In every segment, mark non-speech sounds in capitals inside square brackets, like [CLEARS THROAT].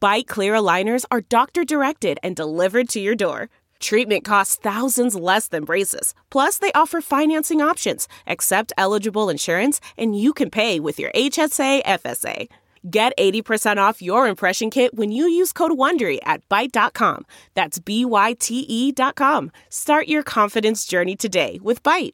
Bite Clear Aligners are doctor directed and delivered to your door. Treatment costs thousands less than braces. Plus, they offer financing options, accept eligible insurance, and you can pay with your HSA, FSA. Get 80% off your impression kit when you use code WONDERY at Byte.com. That's B-Y-T-E E dot com. Start your confidence journey today with Byte.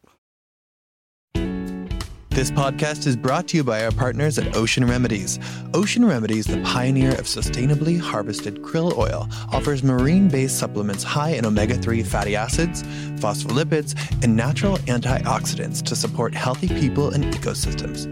This podcast is brought to you by our partners at Ocean Remedies. Ocean Remedies, the pioneer of sustainably harvested krill oil, offers marine based supplements high in omega 3 fatty acids, phospholipids, and natural antioxidants to support healthy people and ecosystems.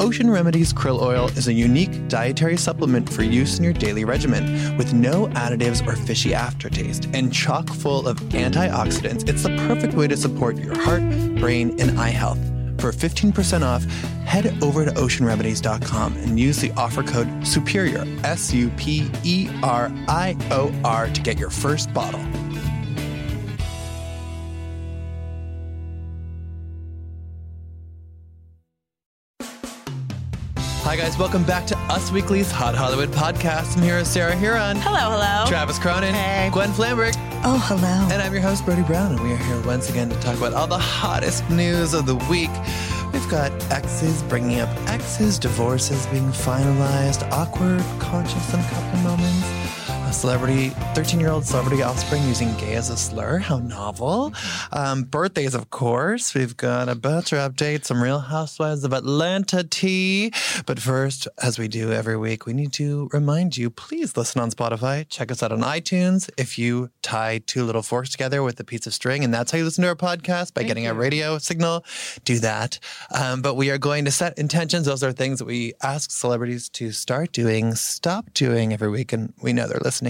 Ocean Remedies Krill Oil is a unique dietary supplement for use in your daily regimen with no additives or fishy aftertaste and chock full of antioxidants. It's the perfect way to support your heart, brain, and eye health. For 15% off, head over to oceanremedies.com and use the offer code SUPERIOR, S U P E R I O R, to get your first bottle. Hi, guys. Welcome back to Us Weekly's Hot Hollywood podcast. I'm here with Sarah Huron. Hello, hello. Travis Cronin. Gwen Flamberg. Oh, hello. And I'm your host, Brody Brown, and we are here once again to talk about all the hottest news of the week. We've got exes bringing up exes, divorces being finalized, awkward, conscious, and couple moments. A celebrity, 13 year old celebrity offspring using gay as a slur. How novel. Um, birthdays, of course. We've got a bachelor update, some real housewives of Atlanta tea. But first, as we do every week, we need to remind you please listen on Spotify. Check us out on iTunes. If you tie two little forks together with a piece of string, and that's how you listen to our podcast by getting a radio signal, do that. Um, but we are going to set intentions. Those are things that we ask celebrities to start doing, stop doing every week. And we know they're listening.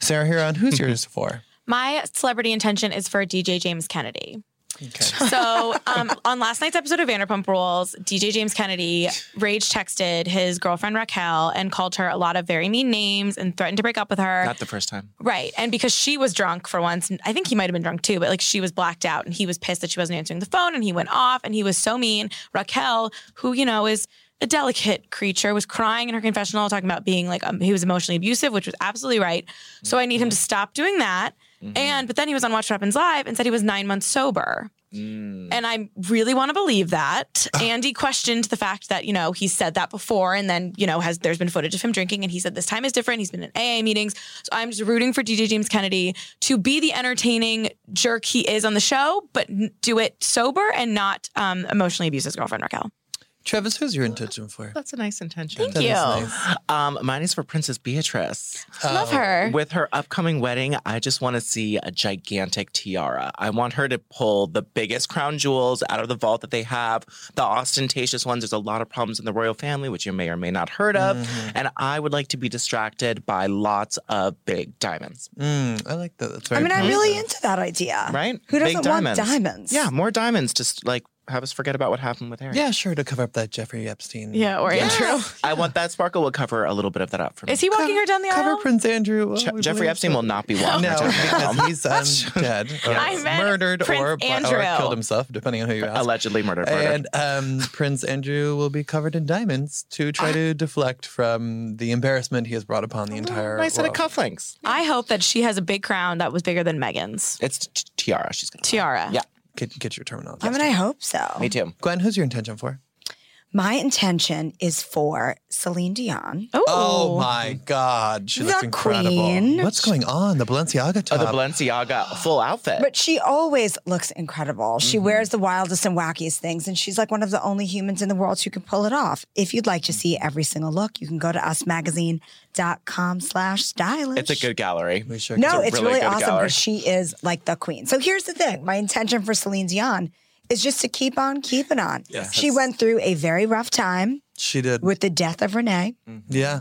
Sarah Huron, [LAUGHS] who's yours for? My celebrity intention is for DJ James Kennedy. Okay. [LAUGHS] So, um, on last night's episode of Vanderpump Rules, DJ James Kennedy rage texted his girlfriend Raquel and called her a lot of very mean names and threatened to break up with her. Not the first time. Right. And because she was drunk for once, and I think he might have been drunk too, but like she was blacked out and he was pissed that she wasn't answering the phone and he went off and he was so mean. Raquel, who, you know, is a delicate creature, was crying in her confessional, talking about being like, um, he was emotionally abusive, which was absolutely right. So I need Mm-hmm. him to stop doing that. And, but then he was on Watch What Happens Live and said he was nine months sober. And I really want to [SIGHS] believe that. And he questioned the fact that, you know, he said that before and then, you know, has there's been footage of him drinking and he said this time is different. He's been in AA meetings. So I'm just rooting for DJ James Kennedy to be the entertaining jerk he is on the show, but n- do it sober and not um, emotionally abuse his girlfriend Raquel. Travis, who's your intention for? That's a nice intention. That is nice. Um, mine is for Princess Beatrice. Oh, Love her. With her upcoming wedding, I just want to see a gigantic tiara. I want her to pull the biggest crown jewels out of the vault that they have, the ostentatious ones. There's a lot of problems in the royal family, which you may or may not heard of. And I would like to be distracted by lots of big diamonds. Mm, I like that. That's I very mean, I'm positive. really into that idea. Right? Uh, Who Big doesn't want diamonds? Yeah, more diamonds. Just like have us forget about what happened with Harry. Yeah, sure, to cover up that Jeffrey Epstein. Yeah, or Andrew. I want that sparkle will cover a little bit of that up for me. Is he walking her down the Cover aisle? Prince Andrew. Je- Jeffrey Epstein will not be No, walking her down the aisle. [LAUGHS] because he's um, dead, or I meant murdered, Prince or, bla- or Andrew. killed himself, depending on who you ask. Allegedly murdered. murdered. And um, Prince Andrew will be covered in diamonds to Ah. try to deflect from the embarrassment he has brought upon the entire Oh, nice set of world. cufflinks. I hope that she has a big crown that was bigger than Megan's It's t- t- tiara. She's gonna. tiara. Yeah. Get, get your terminology. I mean, I hope so. Me too. Gwen, who's your intention for? My intention is for Celine Dion. Oh, Oh my God, she looks The incredible. queen. What's going on? The Balenciaga Oh, top. the Balenciaga full outfit. But she always looks incredible. She wears the wildest and wackiest things, and she's like one of the only humans in the world who can pull it off. If you'd like to see every single look, you can go to usmagazine.com slash stylish. it's a good gallery. we sure No, a it's really really, good awesome gallery. because she is like the queen. So here's the thing my intention for Celine Dion is just to keep on keeping on. Yes. She went through a very rough time she did. with the death of Renee, yeah.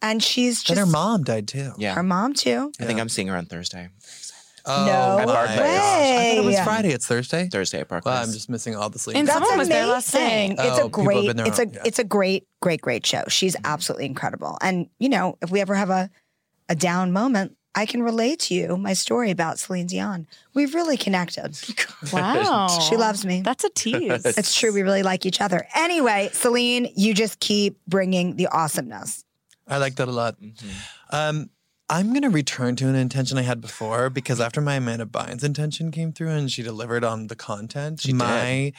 and she's and just her mom died too. Yeah. her mom, too. I think I'm seeing her on Thursday. Oh, No my gosh. way. I thought it was Yeah. Friday. It's Thursday. Thursday at Parkland. Wow, I'm just missing all the sleep. And That's someone was amazing. there last night. It's Oh, a people have great, been there, it's a yeah. it's a great, great, great show. She's absolutely incredible. And you know, if we ever have a a down moment, I can relate to you my story about Celine Dion. We've [LAUGHS] really connected. wow. She loves me. That's a tease. It's true. We really like each other. Anyway, Celine, you just keep bringing the awesomeness. I like that a lot. Mm-hmm. Um, I'm going to return to an intention I had before because after my Amanda Bynes intention came through and she delivered on the content, She did. my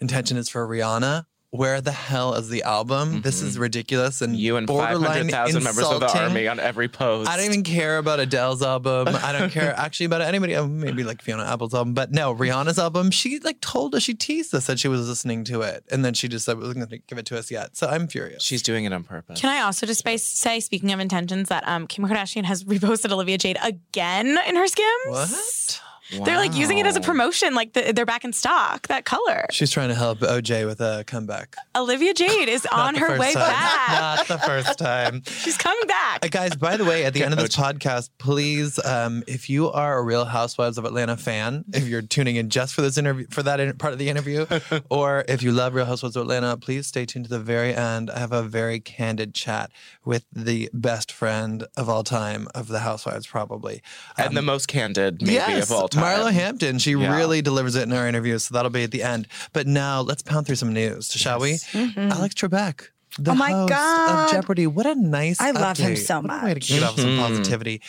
intention is for Rihanna. Where the hell is the album? This is ridiculous and Mm-hmm. you and borderline 500,000 members of the insulting. army on every post. I don't even care about Adele's album. I don't care [LAUGHS] actually about anybody. oh, Maybe like Fiona Apple's album, but no, Rihanna's album. She like told us, she teased us that she was listening to it, and then she just said, "We're not going to give it to us yet." So I'm furious. She's doing it on purpose. Can I also just by- say, speaking of intentions, that um, Kim Kardashian has [LAUGHS] reposted Olivia Jade again in her skims? what? They're like using it as a Wow. promotion, like the, they're back in stock. That color, She's trying to help OJ with a comeback. Olivia Jade is [LAUGHS] Not on the her first way time. back. [LAUGHS] Not the first time. She's coming back. Uh, guys, by the way, at the end of this podcast, please, um, if you are a Real Housewives of Atlanta fan, if you're tuning in just for this interview, for that in- part of the [LAUGHS] interview, or if you love Real Housewives of Atlanta, please stay tuned to the very end. I have a very candid chat with the best friend of all time of the Housewives, probably. And the most candid, maybe, yes, of all time. Marlo Hampton. She Yeah. really delivers it in our interview, so that'll be at the end. But now let's pound through some news, shall we? Mm-hmm. Alex Trebek. The Mm. Oh my host God. of Jeopardy. What a nice I love him update. so What a way to much. get off some positivity.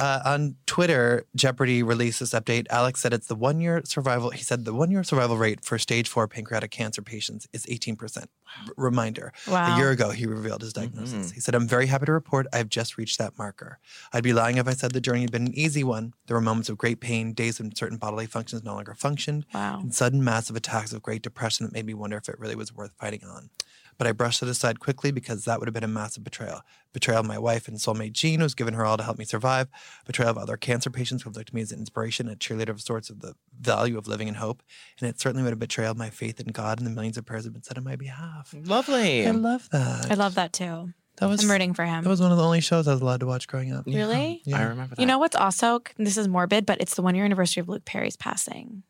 Uh, on Twitter, Jeopardy released this update. Alex said it's the one year survival. He said the one year survival rate for stage four pancreatic cancer patients is 18%. R- reminder. Wow. A year ago, he revealed his diagnosis. He said, I'm very happy to report I've just reached that marker. I'd be lying if I said the journey had been an easy one. There were moments of great pain, days when certain bodily functions no longer functioned, Wow. and sudden massive attacks of great depression that made me wonder if it really was worth fighting on. But I brushed it aside quickly because that would have been a massive betrayal. Betrayal of my wife and soulmate Jean, who's given her all to help me survive. Betrayal of other cancer patients who have looked to me as an inspiration, a cheerleader of sorts of the value of living and hope. And it certainly would have betrayed my faith in God and the millions of prayers that have been said on my behalf. Lovely. I love that. I love that too. that was I'm rooting for him. that was one of the only shows I was allowed to watch growing up. Really? Yeah. I remember that. You know what's also this is morbid, but it's the one year anniversary of Luke Perry's passing.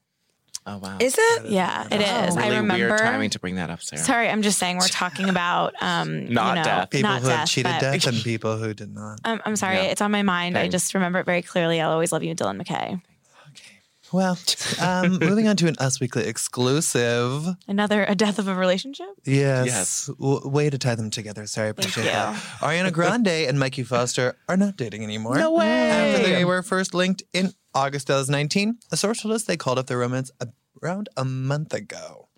Oh, wow. Is it? Yeah, it Wow. is. Really I remember. weird timing to bring that up, Sarah. Sorry, I'm just saying we're talking about um, Not you know, death. People not who death, have cheated but- death and people who did not. Um, I'm sorry, Yeah. it's on my mind. I Thanks. just remember it very clearly. I'll always love you, Dylan McKay. Well, um, moving on to an Us Weekly exclusive. Another a death of a relationship. Yes. Yes. W- way to tie them together. Sorry, I appreciate that. Ariana Grande and Mikey Foster are not dating anymore. No way. After they were first linked in August 2019, a source told us they called off their romance around a month ago.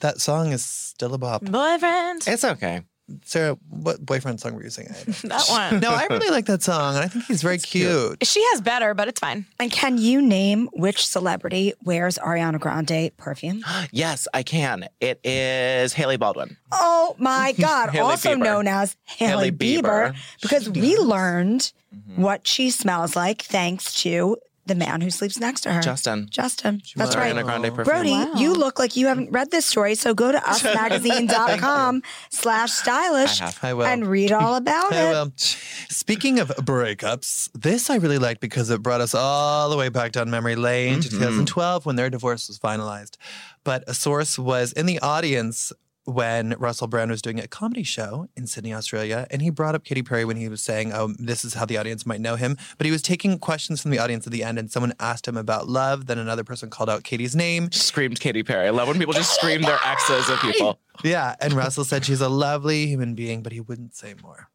That song is still a bop. Boyfriend, It's okay. Sarah, what boyfriend song were you singing? I don't know. that [LAUGHS] one. no, I really like that song, and I think he's very cute. She has better, but it's fine. And can you name which celebrity wears Ariana Grande perfume? Yes, I can. It is Haley Baldwin. Oh [LAUGHS] my God. Hailey also Bieber. known as Haley Hailey Bieber, Bieber. Mm-hmm. because we learned what she smells like thanks to the man who sleeps next to her. Justin. Justin. That's Ariana right. Grande perfume. Brody, Wow. you look like you haven't read this story, so go [LAUGHS] to usmagazine.com slash stylish I have. I will. and read [LAUGHS] all about Hey, it. well, speaking of breakups, this I really liked because it brought us all the way back down memory lane to 2012 when their divorce was finalized. But a source was in the audience when Russell Brand was doing a comedy show in Sydney, Australia, and he brought up Katy Perry when he was saying, "Oh, this is how the audience might know him." But he was taking questions from the audience at the end, and someone asked him about love. Then another person called out Katie's name, Screamed Katy Perry. I love when people just scream their exes at people. yeah, and Russell said she's a lovely human being, but he wouldn't say more.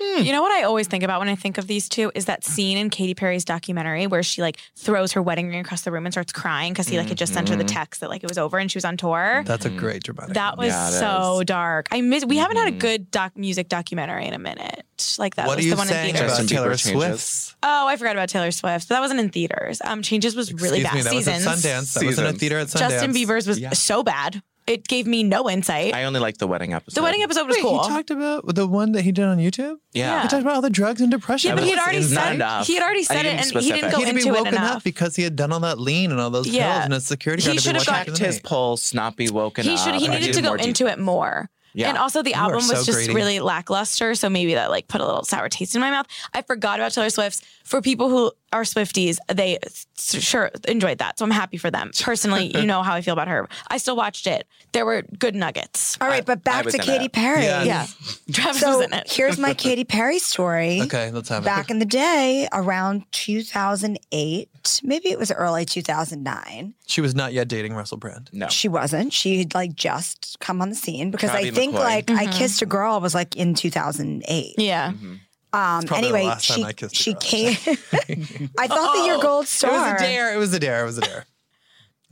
You know what I always think about when I think of these two is that scene in Katy Perry's documentary where she like throws her wedding ring across the room and starts crying because he like had just sent her Mm-hmm. the text that like it was over and she was on tour. That's a great dramatic. That was Yeah, it so is. dark. I miss. We haven't had a good doc music documentary in a minute. Like that Mm-hmm. what are was you the one in saying theaters. about Justin Bieber Taylor changes. Swift's? oh, I forgot about Taylor Swift. But that wasn't in theaters. Um, Changes was really Excuse bad. me, that Seasons. was at Sundance. That was in a Seasons. theater at Sundance. Justin Bieber's was Yeah. so bad. It gave me no insight. I only like the wedding episode. the wedding episode was Wait, cool. He talked about the one that he did on YouTube. Yeah. He talked about all the drugs and depression. yeah, but he had That already was not said enough. he had already I said need it, to and be he didn't specific. go He He'd into be it woken enough. up because he had done all that lean and all those Yeah. pills, and his security He guard had should've been gone- watching Checked his pulse, not be woken He up. should. He and needed do to go more deep- into it more. Yeah. And also, the are album was so just greedy. really lackluster, so maybe that like put a little sour taste in my mouth. I forgot about Taylor Swift's. For people who are Swifties, they s- sure enjoyed that, so I'm happy for them. [LAUGHS] Personally, you know how I feel about her. I still watched it. There were good nuggets. All right, but back was to in Katy it. Perry. Yeah. Yeah. Travis So was in it. [LAUGHS] here's my Katy Perry story. Okay, let's have Back in the day, around 2008, maybe it was early 2009. it. She was not yet dating Russell Brand. No. She wasn't. She had like just come on the scene because I Travie think McCoy. like I Mm-hmm. kissed a girl was like in 2008. Yeah. Um, probably the anyway, last time she I kissed a she girl. came. [LAUGHS] I thought that your gold star. Oh, It was a dare. It was a dare. It was a dare.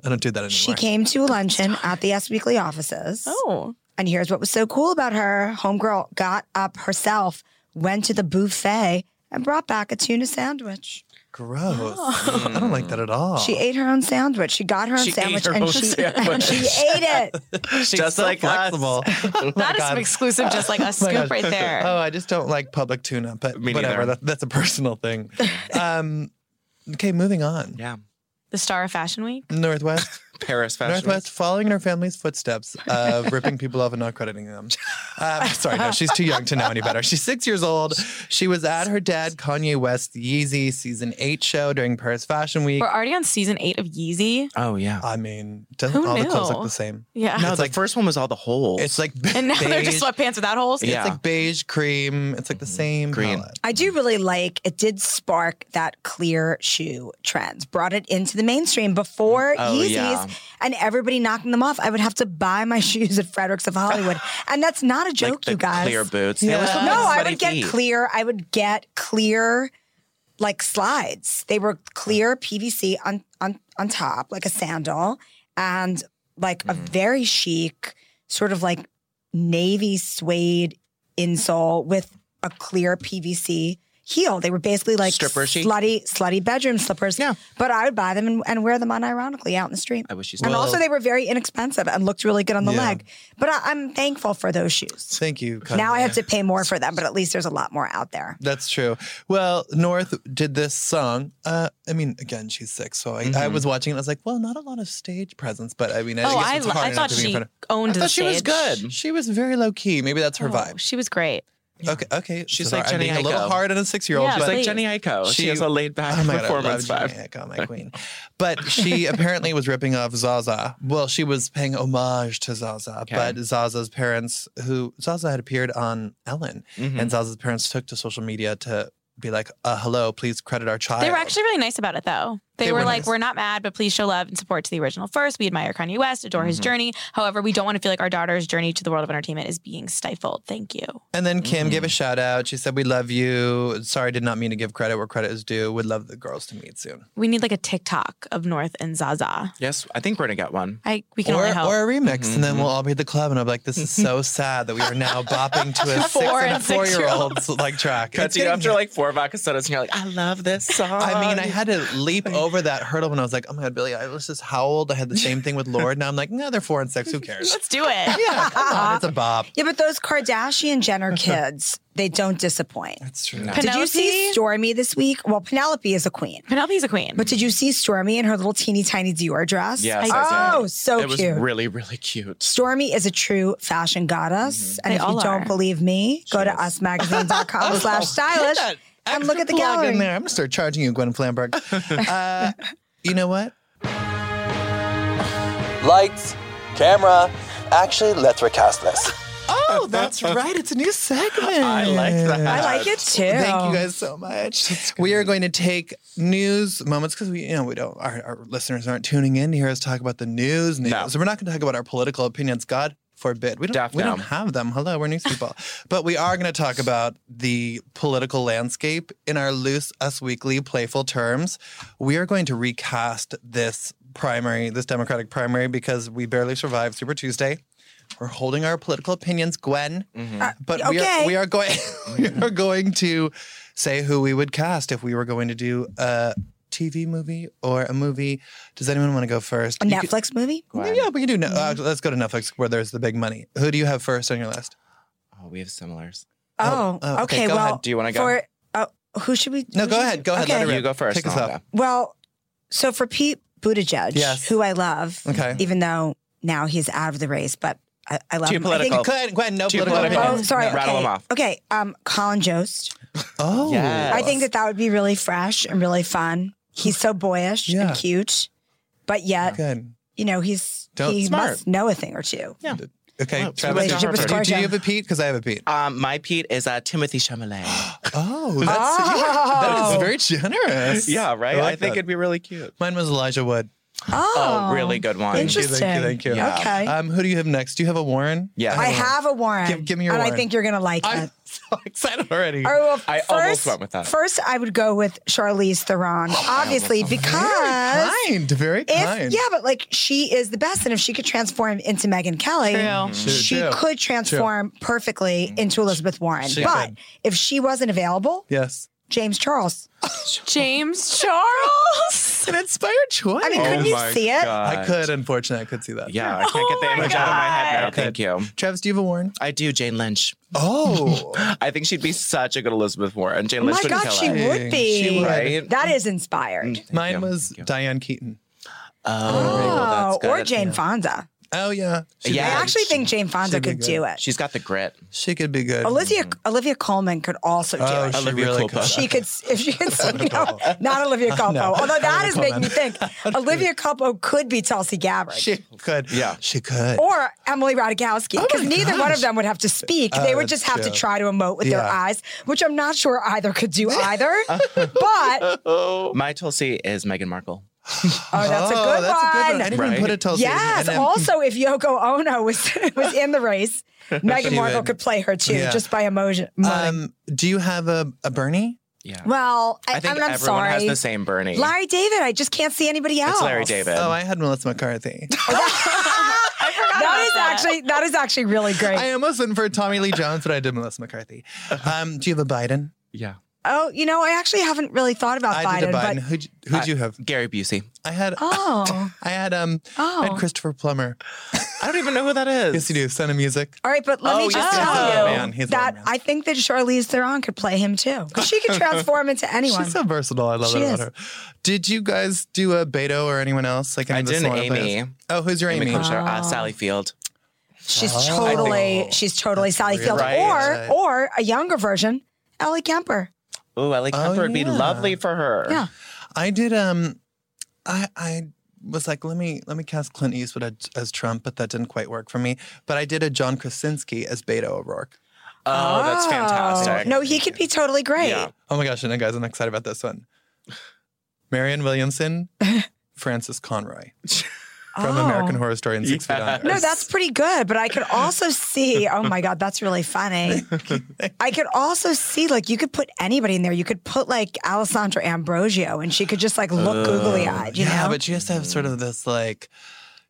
I don't do that anymore. She came to a luncheon at the Yes Weekly offices. Oh. And here's what was so cool about her homegirl got up herself, went to the buffet, and brought back a tuna sandwich. Gross. [LAUGHS] I don't like that at all. She ate her own sandwich. She got her own She ate sandwich her and own she sandwich. [LAUGHS] and she ate it. She's Just so like flexible. flexible. [LAUGHS] Oh my that is God. some exclusive, just like a [LAUGHS] Oh my scoop gosh. right there. Oh, I just don't like public tuna, but Me whatever. neither. That, that's a personal [LAUGHS] thing. Um, okay, moving on. Yeah. the star of Fashion Week. Northwest. Paris [LAUGHS] fashion. Northwest following in her family's footsteps [LAUGHS] of ripping people off and not crediting them. Um, sorry, no, she's too young to know any better. She's six years old. She was at her dad Kanye West's Yeezy season eight show during Paris Fashion Week. We're already on season eight of Yeezy. Oh yeah. I mean, doesn't Who all the clothes knew? look the same? Yeah. no, it's the like- first one was all the holes. It's like [LAUGHS] And now they're beige- just sweatpants without holes. It's Yeah. Mm-hmm. like beige cream. It's like the same Green. palette. I do really like it did spark that clear shoe trend. Brought it into the mainstream before Oh, Yeezys yeah. and everybody knocking them off. I would have to buy my [LAUGHS] shoes at Fredericks of Hollywood. and that's not a Like joke, the you guys. Clear boots. Yeah. They look like No, I sweaty would get feet. clear. I would get clear, like slides. They were clear PVC on on on top, like a sandal, and like a very chic sort of like navy suede insole with a clear PVC heel. They were basically like Stripper chic? slutty slutty bedroom slippers. Yeah. but I would buy them and, and wear them unironically out in the street. I wish you and still- also, they were very inexpensive and looked really good on the Yeah. leg. But I, I'm thankful for those shoes. Thank you. Kanye. Now I have to pay more for them, but at least there's a lot more out there. That's true. Well, North did this song. Uh, I mean, again, she's six, so I, I was watching it. I was like, well, not a lot of stage presence, but I mean, I Mm-hmm. Oh, guess I, it's lo- hard I enough thought to be in she front of- owned the thought she was stage. good. She was very low key. Maybe that's her Oh, vibe. She was great. Okay, okay. She's So like I'm Jenny being a little Aiko. hard on a six year old. Yeah, She's like Please. Jenny Aiko. She, She- has a laid back [LAUGHS] Oh my God, I love performance Jenny vibe. Aiko, my queen. But [LAUGHS] she apparently was ripping off Zaza. Well, she was paying homage to Zaza, but Zaza's parents, who Zaza had appeared on Ellen, Hmm. and Zaza's parents took to social media to be like, uh, "Hello, please credit our child." They were actually really nice about it, though. They, They were, were like, nice. "We're not mad, but please show love and support to the original first. We admire Kanye West, adore Mm-hmm. his journey. However, we don't want to feel like our daughter's journey to the world of entertainment is being stifled. Thank you." And then Kim Mm-hmm. gave a shout out. She said, "We love you. Sorry, did not mean to give credit where credit is due. Would love the girls to meet soon, We need like a TikTok of North and Zaza. Yes, I think we're gonna get one. I we can or, only hope. or a remix, and Mm-hmm. then we'll all be at the club." And I'm like, "This is so sad that we are now bopping to a six Four and a and four year olds six-year-olds. like track." Cut It's to you getting after like four vodka sodas, and you're like, I love this song. I mean, I had to [LAUGHS] leap over that hurdle when I was like, oh my God, Billy Eilish is how old? I had the same thing with Lord. Now I'm like, no, they're four and six. Who [LAUGHS] cares? Let's do it. yeah, come on, it's a bop. [LAUGHS] Yeah, but those Kardashian Jenner kids, they don't disappoint. That's true. Did you see Penelope? Stormy this week? Well, Penelope is a queen. Penelope's a queen. But did you see Stormy in her little teeny tiny Dior dress? Yes, I oh, did. so it was cute. really, really cute. Stormy is a true fashion Mm-hmm. goddess. And They if you all don't are. believe me, go [LAUGHS] to Oh, usmagazine.com slash stylish and look at the Plug in gallery. there. I'm gonna start charging you, Gwen [LAUGHS] Flamberg. uh, you know what? Lights, camera. Actually, let's recast this. Oh, that's right. It's a new segment. I like that. I like it too. Thank you guys so much. We are going to take news moments because we, you know, we don't. Our, our listeners aren't tuning in to hear us talk about the news. news. No. So we're not going to talk about our political opinions. God forbid. We don't, Daft we don't dumb. have them. Hello, we're news people. but we are going to talk about the political landscape in our loose, us weekly, playful terms. We are going to recast this primary, this Democratic primary, because we barely survived Super Tuesday. We're holding our political opinions, Gwen. Mm-hmm. Uh, But we, okay. are, we are going [LAUGHS] we are going to say who we would cast if we were going to do a TV movie or a movie. Does anyone want to go first? A You could- Netflix Mm-hmm. movie? yeah, we can do. No, uh, let's go to Netflix where there's the big money. Who do you have first on your list? Oh, we have similars. Oh, Oh, oh, okay, okay. go well, ahead. Do you wanna go? For, uh, who should we? No, who go should ahead. we- Go ahead. Okay. Let her You go first. Take us and I'll out. go. Well, so for Pete Buttigieg, Yes. who I love, Okay. even though now he's out of the race, but I, I love Too him. political. I Glenn, think, Glenn, no Too political. Oh, political. oh, opinion. sorry. No. okay. Rattle 'em off. Okay, um, Colin Jost. Oh, Yes. I think that that would be really fresh and really fun. He's so boyish Yeah. and cute, but yet good. you know he's Don't- he smart. must know a thing or two. Okay, Oh, Travis, relationship with do, do you Scorpio. have a Pete? Because I have a Pete. Um, my Pete is uh, Timothy [GASPS] Chalamet. Oh, that's [LAUGHS] that Oh. is very generous. yeah, right. I, I like think that. it'd be really cute. Mine was Elijah Wood. Oh, Oh, really good one. Thank you, thank you, Interesting. Thank you. Yeah. Okay. Um, who do you have next? Do you have a Warren? Yeah. a I Warren. have a Warren. Give- give me your And Warren. I think you're gonna like I'm it. [LAUGHS] so excited already. All right, Oh, well, I first, almost went with that. First, I would go with Charlize Theron, obviously, because Kind, very kind. if yeah, but like she is the best, and if she could transform into Megan Kelly, True, she true. could transform perfectly into Elizabeth Warren. She but could. if she wasn't available, Yes. James Charles. James Charles. An inspired choice. I mean, couldn't you see it? Oh Oh God. I could, unfortunately, I could see that. Yeah, I can't get the image out of my head now. Thank you. Travis, do you have a [LAUGHS] Warren? I do, Jane Lynch. Oh, I think she'd be such a good Elizabeth Warren. Jane Oh Lynch my wouldn't God, kill she it. would be. She would. Right? That is inspired. Thank you. mine was Thank you. Diane Keaton. well, Oh, that's or good. Jane Fonda. Oh yeah, she Yeah. I Could, actually think Jane Fonda she'd be could good. do it. She's got the grit. she could be good. Olivia Olivia Coleman could also do oh, it. she Olivia really Culpa. could. She could, if she could, no, not Olivia Culpo. Although that is making me think Olivia Culpo could be Tulsi Gabbard [LAUGHS] She could. Yeah. she could. or Emily Ratajkowski because neither one of gosh. them would have to speak. they would that's just have to true. try to emote with their Yeah. eyes, which I'm not sure either could do either. but oh, My Tulsi is Meghan Markle. that's a oh, good that's one. a good one. Anyone Right. put it Tulsi? and Yes. then- also, if Yoko Ono was [LAUGHS] was in the race, Meghan Markle would. could play her too, Yeah. just by emotion. um, do you have a, a Bernie? Yeah. well, I, I think I mean, I'm everyone sorry. has the same Bernie. Larry David, I just can't see anybody else. it's Oh, Larry David. [LAUGHS] Oh, I had Melissa McCarthy. that is actually that is actually really great. I almost went for Tommy Lee Jones, but I did Melissa McCarthy. Um, do you have a Biden? yeah. oh, you know, I actually haven't really thought about I did Biden, a Biden. but Who'd, who'd you have? Gary Busey. I had. [LAUGHS] oh, [LAUGHS] I had um. I had Christopher Plummer. I don't even know who that is. Yes, you do. Son of Music. all right. But let Oh, me just yeah. tell Oh, you man, he's a that man. I think that Charlize Theron could play him too, 'Cause she could transform into [LAUGHS] anyone. She's so versatile. I love She that about is. her. Did you guys do a Beto or anyone else? Like any I of the did an smaller Amy. players? Oh, who's your Amy Amy? Klobuchar, uh, Oh. Sally Field. she's Oh. totally she's totally Sally Field, right. or or a younger version, Ellie Kemper. Ooh, Ellie Kemper would be Oh, yeah. lovely for her. Yeah. I did. Um, I I was like, let me let me cast Clint Eastwood as, as Trump, but that didn't quite work for me. But I did a John Krasinski as Beto O'Rourke. Oh, that's Oh. fantastic. No, he could be totally great. Yeah. Oh my gosh! And then, guys, I'm excited about this one. Marion Williamson, Francis Conroy from Oh. American Horror Story and Six Feet Yes. Under. No, that's pretty good, but I could also see. Oh my God, that's [LAUGHS] really funny. I could also see like you could put anybody in there. You could put like Alessandra Ambrosio, and she could just like look googly eyed. You yeah, know, but she has to have sort of this like,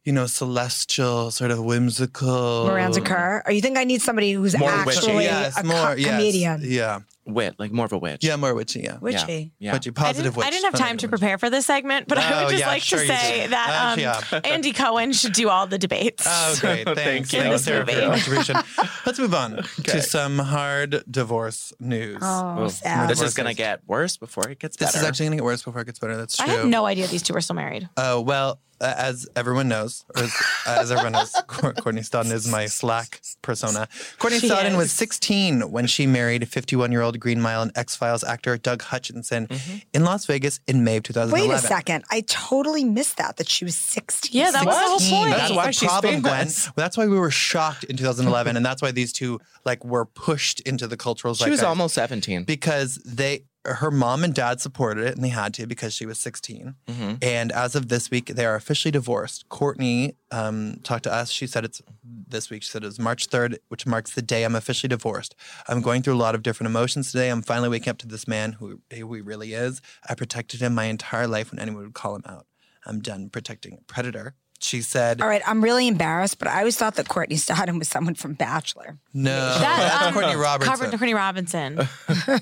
you know, celestial, sort of whimsical. Miranda Kerr. Or you think I need somebody who's More witchy. actually yes, a co- more yes, comedian? Yeah, Wit, like more of a witch. yeah, more witchy. Yeah, Would Yeah. she? Yeah. witchy, I positive didn't, witch. I didn't have time to Positive witch. prepare for this segment, but I Oh, would just yeah, like sure to you did. say Uh, that yeah. um, Andy Cohen should do all the debates. [LAUGHS] Oh, great. Thanks. you. Thank you, This Sarah, for your movie. contribution. Let's move on to some hard divorce news. Oh, Ooh, sad. This is going to get worse before it gets this better. is actually going to get worse before it gets better. That's true. I had no idea these two were still married. Uh, well, uh, as everyone knows, or as, uh, as everyone knows, [LAUGHS] Cour- Courtney Stodden is my Slack persona. Courtney She Stodden was is. 16 when she married 51 year old Green Mile and X Files actor Doug Hutchinson Mm-hmm. in Las Vegas in May of 2011. Wait a second. I totally missed that, that she was 16. Yeah, that was the whole point. That's why the she's problem, famous. Gwen. That's why we were shocked in 2011, and that's why these two like were pushed into the cultural She was zeitgeist. almost 17. because they her mom and dad supported it, and they had to because she was 16. Mhm. And as of this week, they are officially divorced. Courtney um, talked to us. She said it's this week. She said it was March 3rd, which marks the day I'm officially divorced. I'm going through a lot of different emotions today. I'm finally waking up to this man who, who he really is. I protected him my entire life when anyone would call him out. I'm done protecting a predator. She said, All right, I'm really embarrassed, but I always thought that Courtney Stodden was someone from Bachelor. [LAUGHS] no. Oh, That's um, Courtney Robertson. Courtney [LAUGHS] Robinson.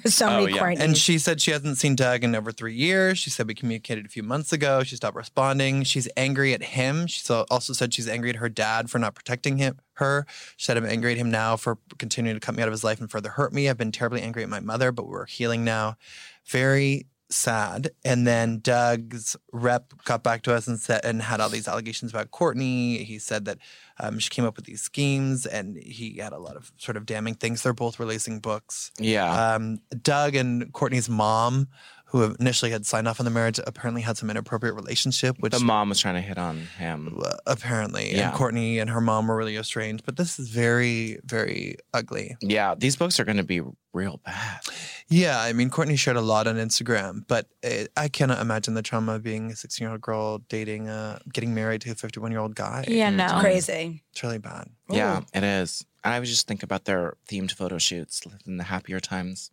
so Oh, many yeah. Courtneys. And she said she hasn't seen Doug in over three years. She said we communicated a few months ago. She stopped responding. She's angry at him. She so- also said she's angry at her dad for not protecting him. Her. She said I'm angry at him now for continuing to cut me out of his life and further hurt me. I've been terribly angry at my mother, but we're healing now. Very sad. And then Doug's rep got back to us and said and had all these allegations about Courtney. He said that um, she came up with these schemes, and he had a lot of sort of damning things. They're both releasing books Yeah. um, Doug and Courtney's mom, who initially had signed off on the marriage, apparently had some inappropriate relationship, which the mom was trying to hit on him. uh, apparently, Yeah. and Courtney and her mom were really estranged. But this is very, very ugly. Yeah, these books are going to be real bad. Yeah, I mean, Courtney shared a lot on Instagram, but it, I cannot imagine the trauma of being a 16 year old girl dating, uh, getting married to a 51 year old guy. yeah, no. Crazy. It's really bad. Yeah, Oh. it is. And I was just thinking about their themed photo shoots lived in the happier times.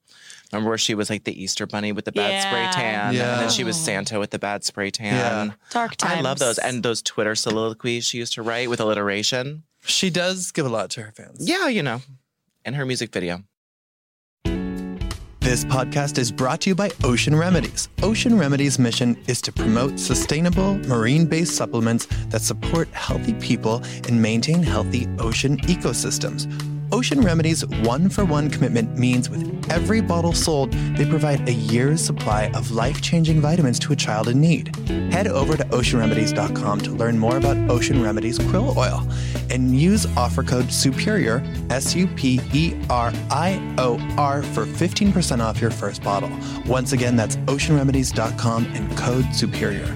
Remember where she was like the Easter bunny with the bad spray Yeah. tan, and Yeah. then she was Santa with the bad spray tan. Yeah. Dark times. I love those and those Twitter soliloquies she used to write with alliteration. She does give a lot to her fans. Yeah, you know, and her music video. This podcast is brought to you by Ocean Remedies. Ocean Remedies' mission is to promote sustainable marine based supplements that support healthy people and maintain healthy ocean ecosystems. Ocean Remedies' one for one commitment means with every bottle sold, they provide a year's supply of life changing vitamins to a child in need. Head over to oceanremedies.com to learn more about Ocean Remedies krill oil and use offer code SUPERIOR, S U P E R I O R, for 15% off your first bottle. Once again, that's oceanremedies.com and code SUPERIOR.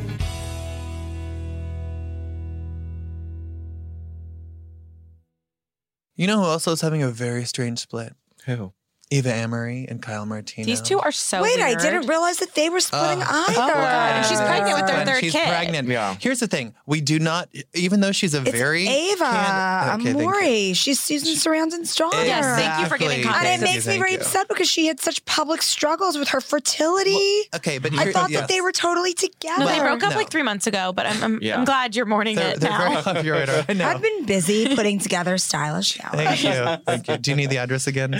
You know who else is having a very strange split? Who? Eva Amory and Kyle Martino. These two are so Wait, I weird. didn't realize that they were splitting Oh. either. Oh, God. And she's pregnant with their When third she's kid. pregnant. Yeah. Here's the thing: we do not, even though she's a It's very Ava can- Okay, thank you. Amori. She's Susan Sarandon's daughter. Yes, thank you for giving Exactly. context. Thank And it you, makes me thank very you. upset because she had such public struggles with her fertility. Okay, but I here- thought yes. that they were totally together. No, they broke up No. like three months ago, but I'm, I'm, Yeah. I'm glad you're mourning They're, it they're very [LAUGHS] now. copyrighted. I know. I've been [LAUGHS] busy putting together stylish showers. Thank [LAUGHS] you. Thank you. Do you need the address again?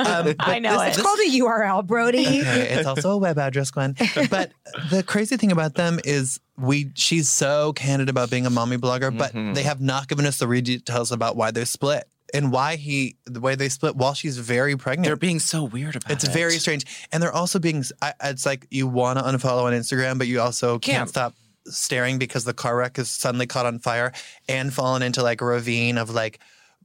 Um, I but know this- it. It's called a URL, Brody. Okay, it's also a web address, Gwen. But the crazy thing about them is we she's so candid about being a mommy blogger, but Mhm. they have not given us the real details about why they're split and why he the way they split while she's very pregnant. They're being so weird about it's it. very strange, and they're also being. s- I, it's like you want to unfollow on Instagram, but you also can't Can't. stop staring because the car wreck is suddenly caught on fire and fallen into like a ravine of like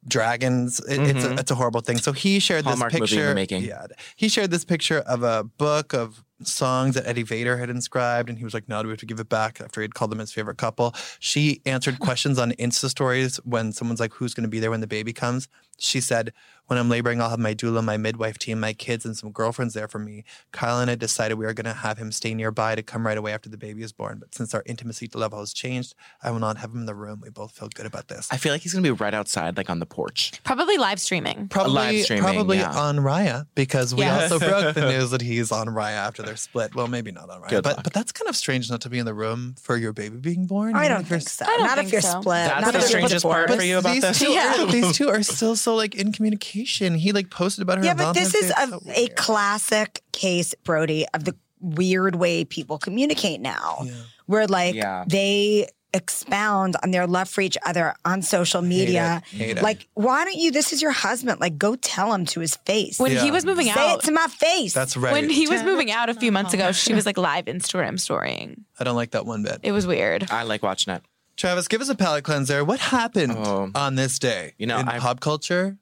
dragons. It- It's a, Mhm. it's a horrible thing. So he shared Hallmark this movie in the picture. making. Yeah, he shared this picture of a book of songs that Eddie Vader had inscribed, and he was like, "No, do we have to give it back?" After he had called them his favorite couple, she answered questions on Insta stories when someone's like, "Who's going to be there when the baby comes?" She said, "When I'm laboring, I'll have my doula, my midwife team, my kids, and some girlfriends there for me." Kyle and I decided we are going to have him stay nearby to come right away after the baby is born. But since our intimacy level has changed, I will not have him in the room. We both feel good about this. I feel like he's going to be right outside, like on the porch. Probably live streaming. Probably, live streaming, probably yeah. on Raya because we Yes. also broke [LAUGHS] the news that he's on Raya after they're split. Well, maybe not on Raya, Good but luck. but that's kind of strange not to be in the room for your baby being born. I Even don't if you're think so. I don't Not think if you're so. split. That's Not the if you're strangest part divorced. for you about these this? Two Yeah. are, these two are still so like in communication. He like posted about her. Yeah, on but this is a, Valentine's Day. a It's so classic case, Brody, of the weird way people communicate now, weird. Yeah. where like Yeah. they expound on their love for each other on social media. Hate it. Hate it. Like, why don't you? This is your husband. Like, go tell him to his face. When Yeah. he was moving Say out, it to my face. that's right. when he was moving out a few months ago, she was like live Instagram storying. I don't like that one bit. It was weird. Um, I like watching it. Travis, give us a palate cleanser. What happened Oh. on this day? You know, in I- pop culture.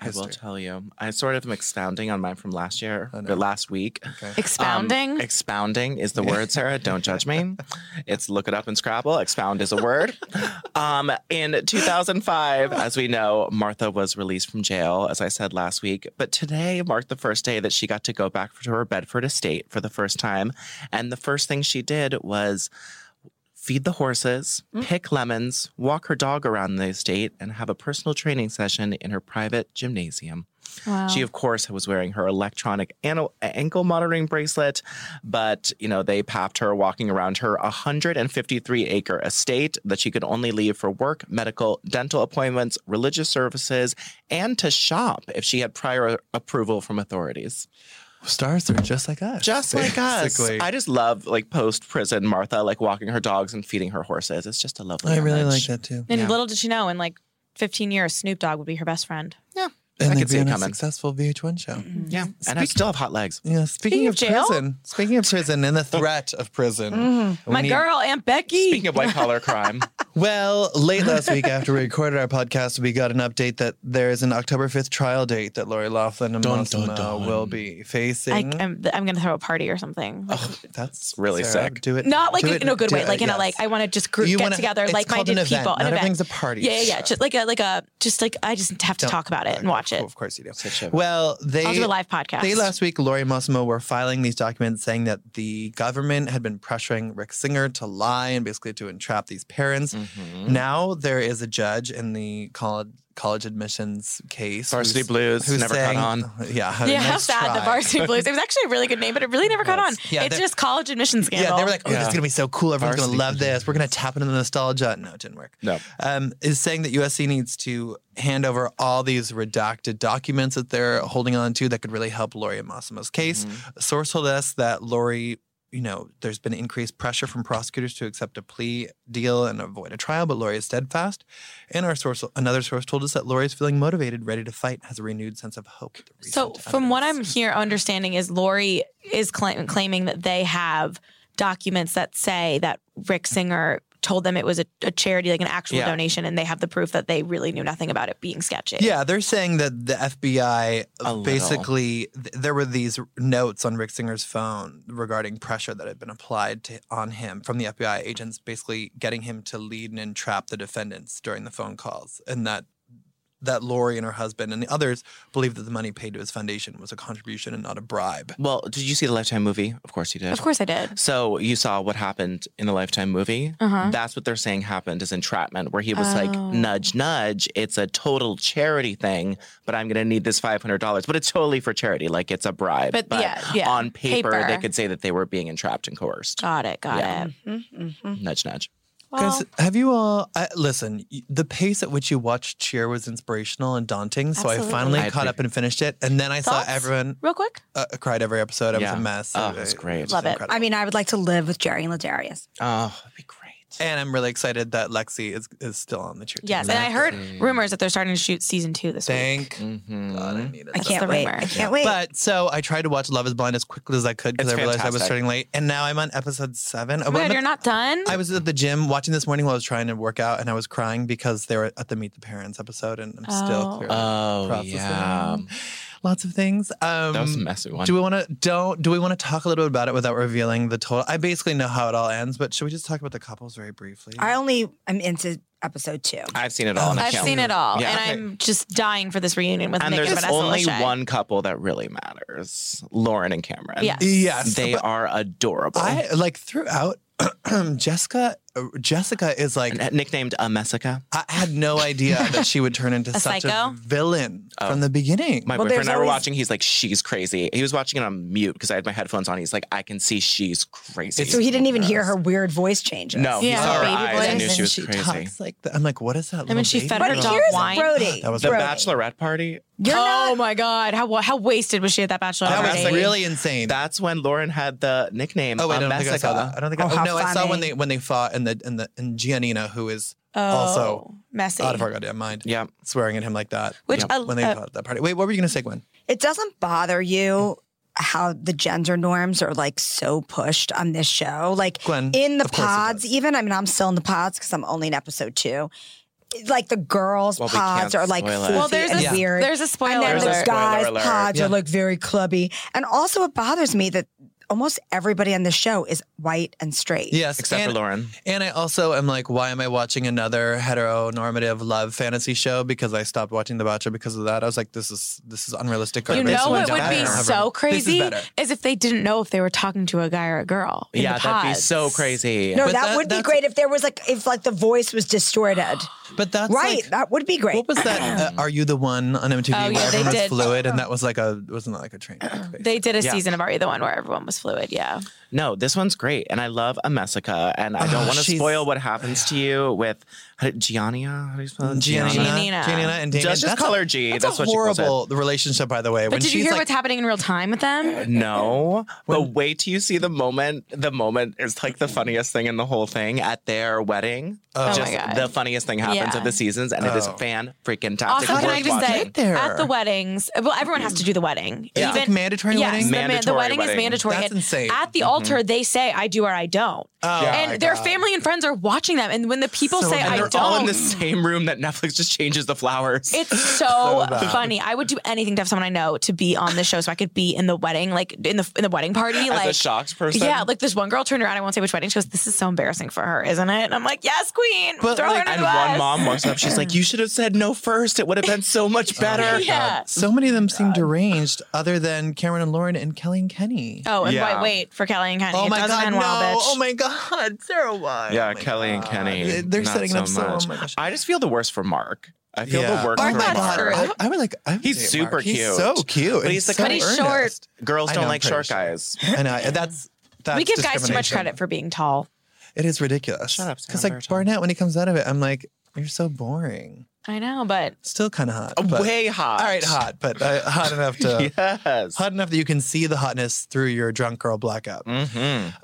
I will History. tell you. I sort of am expounding on mine from last year Oh, no. or last week. Um, Expounding. expounding is the word, Sarah. Don't judge me. It's look it up in Scrabble. Expound is a word. Um, in 2005, as we know, Martha was released from jail, as I said last week. But today marked the first day that she got to go back to her Bedford estate for the first time. And the first thing she did was feed the horses, pick lemons, walk her dog around the estate, and have a personal training session in her private gymnasium. Oh. She, of course, was wearing her electronic an- ankle monitoring bracelet, but you know they papped her walking around her 153 acre estate that she could only leave for work, medical, dental appointments, religious services, and to shop if she had prior approval from authorities. Stars are just like us. Just like us, basically. I just love like post prison Martha, like walking her dogs and feeding her horses. It's just a lovely. I really image. like that too. and yeah. little did she know, in like 15 years, Snoop Dogg would be her best friend. I And could they'd see be it on a coming. successful VH1 show. Yeah, and I still have hot legs. Yeah. Speaking, of of jail? prison, speaking of prison and the threat of prison, we Mm-hmm. My need- girl, Aunt Becky. Speaking of white [LAUGHS] collar crime, Well, late last week after we recorded our podcast, we got an update that there is an October 5th trial date that Lori Laughlin and Dun, Massimo dun, dun. will be I, facing. I'm, I'm going to throw a party or something. That's really Sarah, sick. Do it. Not like Oh, do in a good do way, it, like in yes. a like I want to just group You get wanna- together, it's like called minded an event. people. an Not event. everything's a party Yeah, yeah, yeah. Just like a like a just like I just have to Don't- talk about it and watch it. Of course you do. Such a- Well, they I'll do a live podcast. They last week, Lori and Massimo were filing these documents saying that the government had been pressuring Rick Singer to lie and basically to entrap these parents. Mm-hmm. Now there is a judge in the college college admissions case. Varsity who's- Blues who's never saying, caught on. [LAUGHS] Yeah, I mean, yeah, how nice sad the try. varsity blues. It was actually a really good name, but it really never caught on. Yeah, it's they're- just college admission scandal. Yeah, they were like, "Oh, this Yeah. is gonna be so cool. Everyone's gonna Varsity love this. We're gonna tap into the nostalgia." No, it didn't work. No. um, is saying that USC needs to hand over all these redacted documents that they're holding on to that could really help Lori and Massimo's case. Mm-hmm. A source told us that Lori, you know, there's been increased pressure from prosecutors to accept a plea deal and avoid a trial, but Lori is steadfast. And our source, another source, told us that Lori is feeling motivated, ready to fight, has a renewed sense of hope. with the so recent from what I'm evidence. here understanding is Lori is claim- claiming that they have documents that say that Rick Singer told them it was a, a charity, like an actual Yeah. donation, and they have the proof that they really knew nothing about it being sketchy. Yeah, they're saying that the FBI A little. basically th- there were these notes on Rick Singer's phone regarding pressure that had been applied to, on him from the FBI agents, basically getting him to lead and entrap the defendants during the phone calls, and that that Lori and her husband and the others believed that the money paid to his foundation was a contribution and not a bribe. Well, did you see the Lifetime movie? Of course you did. Of course I did. So you saw what happened in the Lifetime movie. Uh-huh. That's what they're saying happened is entrapment, where he was like, Oh. nudge, nudge. It's a total charity thing, but I'm going to need this $500. But it's totally for charity. Like it's a bribe. But yeah, yeah. on paper, they Paper. could say that they were being entrapped and coerced. Got it. Got Yeah. it. Mm-hmm. Mm. nudge, nudge. Well, Guys, have you all I, listen? y- The pace at which you watched Cheer was inspirational and daunting, so I Absolutely. finally I caught appre- up and finished it. And then I Thoughts? saw everyone real quick. uh, I cried every episode. I Yeah. was a mess. Oh, that's great. was Love it. incredible. I mean, I would like to live with Jerry and Ladarius. Oh, that'd be great. and I'm really excited that Lexi is, is still on the cheer team. Yes, and I heard rumors that they're starting to shoot season two this week. Thank Mhm. God I needed I that. can't the wait. rumor. I can't Yeah. wait. But so I tried to watch Love is Blind as quickly as I could because I It's realized I was fantastic. starting late. And now I'm on episode seven. Oh, Oh but my I'm God, at- you're not done. I was at the gym watching this morning while I was trying to work out and I was crying because they were at the Meet the Parents episode and I'm still Oh. clearly Oh, processing yeah. lots of things. Um, That was a messy one. Do we want to don't do we want to talk a little bit about it without revealing the total? I basically know how it all ends, but should we just talk about the couples very briefly? I only am into episode two. I've seen it all. and I I've can't- seen it all, Yeah. and Okay. I'm just dying for this reunion with And Nick and there's Vanessa only Lachey. one couple that really matters Lauren and Cameron. Yes. Yes, They but are adorable. I like throughout. [CLEARS THROAT] Jessica, uh, Jessica is like N- uh, nicknamed a Messica. I had no idea [LAUGHS] that she would turn into A such psycho? a villain from the beginning. Oh. My Well, boyfriend and there's I were always- watching. He's like, she's crazy. He was watching it on mute because I had my headphones on. He's like, I can see she's crazy. So he didn't even hear her weird voice changes. No, he Yeah, saw her baby eyes and voice. knew she And was she crazy. talks like that. I'm like, what is that? mean, little she fed baby her But dog doll? here's wine. Brody. That was The Brody. bachelorette party. You're oh not. my god, how how wasted was she at that bachelor That party? was really insane. That's when Lauren had the nickname. Oh wait, I a don't think I saw Messica. that. I don't think. Oh, I, how oh, no, I saw when funny. they when they fought and the and the and Giannina, who is oh, also messy. out of our goddamn mind, Yeah. swearing at him like that. Which I- when they uh, fought at that party. Wait, what were you gonna say, Gwen? It doesn't bother you how the gender norms are like so pushed on this show. Like Gwen, in the of course it pods, does. even I mean, I'm still in the pods because I'm only in episode two. like the girls' Well, we pods can't are like spoil it. floofy Well, there's and a- weird. there's a spoiler And then the alert. guys' Spoiler alert. pods Yeah. are like very clubby. And also, it bothers me that almost everybody on the show is white and straight. Yes, Except and- for Lauren. And I also am like, why am I watching another heteronormative love fantasy show? Because I stopped watching The Bachelor because of that. I was like, this is this is unrealistic. You garbage. know one's what Don't would better. be ever- so crazy This is better. is if they didn't know if they were talking to a guy or a girl. in yeah, the that'd be pods. so crazy. No, But that, that- would be that's- great if there was like if like the voice was distorted. But [GASPS] that's right, like- that would be great. What was that? uh, Are you the one on MTV? Oh, where yeah, they everyone did. was fluid, and that was like a wasn't that like a [CLEARS THROAT] train. wreck, basically? They did a Yeah. season of Are You the One where everyone was fluid. Yeah. No, this one's great. And I love Amesica. And I don't Oh, want to she's- spoil what happens to you with how do- Giannia. How do you spell it? Gianna, Gianna. Gianna and Damien. Just, just That's call a, her G. That's, That's, a what she calls horrible relationship, by the way. But did you hear what's happening in real time with them? it. Uh, No, but wait till you see the moment. The moment is like the funniest thing in the whole thing at their wedding. my just God. the funniest thing happens Yeah. of the seasons, and it is Oh. fan freaking Also, tastic. can Worth I just watching. say, Get there. at the weddings, well, everyone has to do the wedding. Yeah. It's like mandatory yes, wedding? the man- The, Mandatory wedding, is wedding. Mm-hmm. mandatory. That's And insane. At the altar, they say, I do or I don't. Oh, Yeah. and my their God. family and friends are watching them. And when the people So say, amazing. and I they're don't, all in the same room that Netflix just changes the flowers. [LAUGHS] It's so, funny. I would do anything to have someone I know to be on the show so I could be in the wedding, like in the in the wedding party. As like a shocked person. Yeah, like this one girl turned around, I won't say which wedding. She goes, This is so embarrassing for her, isn't it? And I'm like, Yes, Queen. But, throw like, her under and the bus. [LAUGHS] one mom walks up, she's like, "You should have said no first. It would have been so much Oh, better." Yeah. So many of them seem deranged, other than Cameron and Lauren and Kelly and Kenny. Oh, and Yeah. wait, wait for Kelly and Kenny. Oh it my doesn't god, end no! well, bitch. Oh my god, Sarah Wine. [LAUGHS] Yeah, Kelly and Kenny. Oh They're not setting it so up so. much. Oh my gosh. I just feel the worst for Mark. I feel Yeah. the worst Mark for got Mark. screwed. I, I would like. I would He's date super Mark. He's cute. so cute. But he's the so kind- But he's short. earnest. Girls I don't know, like I'm short pretty sure. guys. I know. and That's that's we give guys too much credit for being tall. It is ridiculous. Shut up, Sam Because like Burton. Barnett, when he comes out of it, I'm like, you're so boring. I know, but Still kind of hot. but- Uh, Oh, Way hot. All right, [LAUGHS] hot, but uh, hot enough to Yes. hot enough that you can see the hotness through your drunk girl blackout. hmm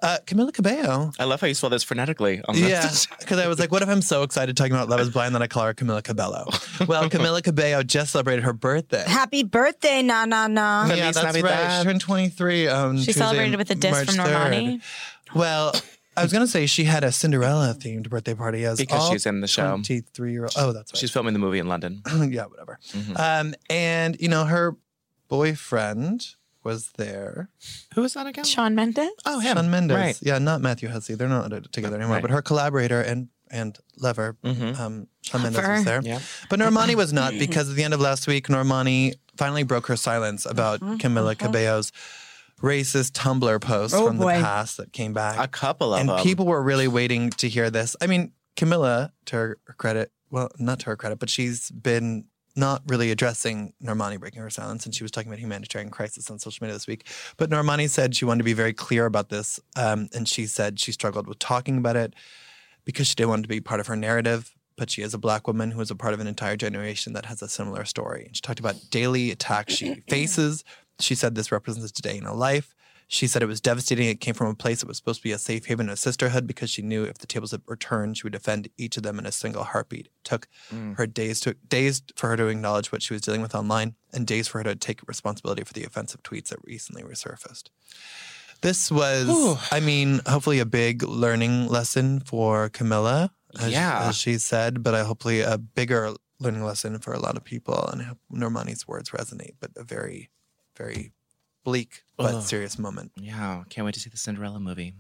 Uh, Camila Cabello. I love how you spell this phonetically. On the- Yeah, because I was like, what if I'm so excited talking about Love is Blind that I call her Camila Cabello? [LAUGHS] Well, Camila Cabello just celebrated her birthday. Happy birthday, na na na. [LAUGHS] Feliz yeah, that's right. Navidad. She turned 23. Um, she Tuesday, celebrated with a disc March from 3rd. Normani. Well, I was going to say she had a Cinderella themed birthday party as Because all she's in the show. 23 year old. Oh, that's right. [LAUGHS] [CLEARS THROAT] She's filming the movie in London. yeah, whatever. Mhm. Um, and you know, her boyfriend was there. Who is that again? Sean Mendes. Oh, him. Sean Mendes. Right. Yeah, not Matthew Hussey. They're not together anymore. Right. But her collaborator and and lover, Mhm. um, Sean Mendes Lover. was there. Yeah. But Normani was not because at the end of last week, Normani finally broke her silence about Mm-hmm. Camila Cabello's racist Tumblr post Oh, from boy. the past that came back A couple of and them. people were really waiting to hear this. I mean, Camilla, to her credit, well, not to her credit, but she's been not really addressing Normani breaking her silence, and she was talking about humanitarian crisis on social media this week. But Normani said she wanted to be very clear about this, um, and she said she struggled with talking about it because she didn't want it to be part of her narrative. But she is a black woman who is a part of an entire generation that has a similar story. And she talked about daily attacks [CLEARS THROAT] she faces. She said this represents today in her life. She said it was devastating. It came from a place that was supposed to be a safe haven and a sisterhood because she knew if the tables had returned, she would defend each of them in a single heartbeat. It took her days to days for her to acknowledge what she was dealing with online, and days for her to take responsibility for the offensive tweets that recently resurfaced. This was, I mean, hopefully a big learning lesson for Camilla, as, Yeah. as she said, but I hopefully a bigger learning lesson for a lot of people. And I hope Normani's words resonate, but a very, very bleak but Ugh. serious moment. Yeah. Can't wait to see the Cinderella movie.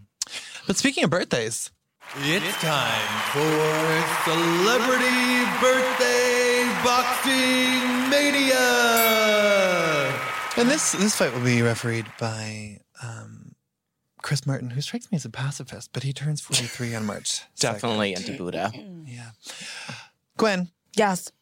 But speaking of birthdays, it's time for celebrity birthday boxing mania. And this this fight will be refereed by um, Chris Martin, who strikes me as a pacifist, but he turns forty three on March. 2nd. Definitely into Buddha. yeah. Gwen, Yes.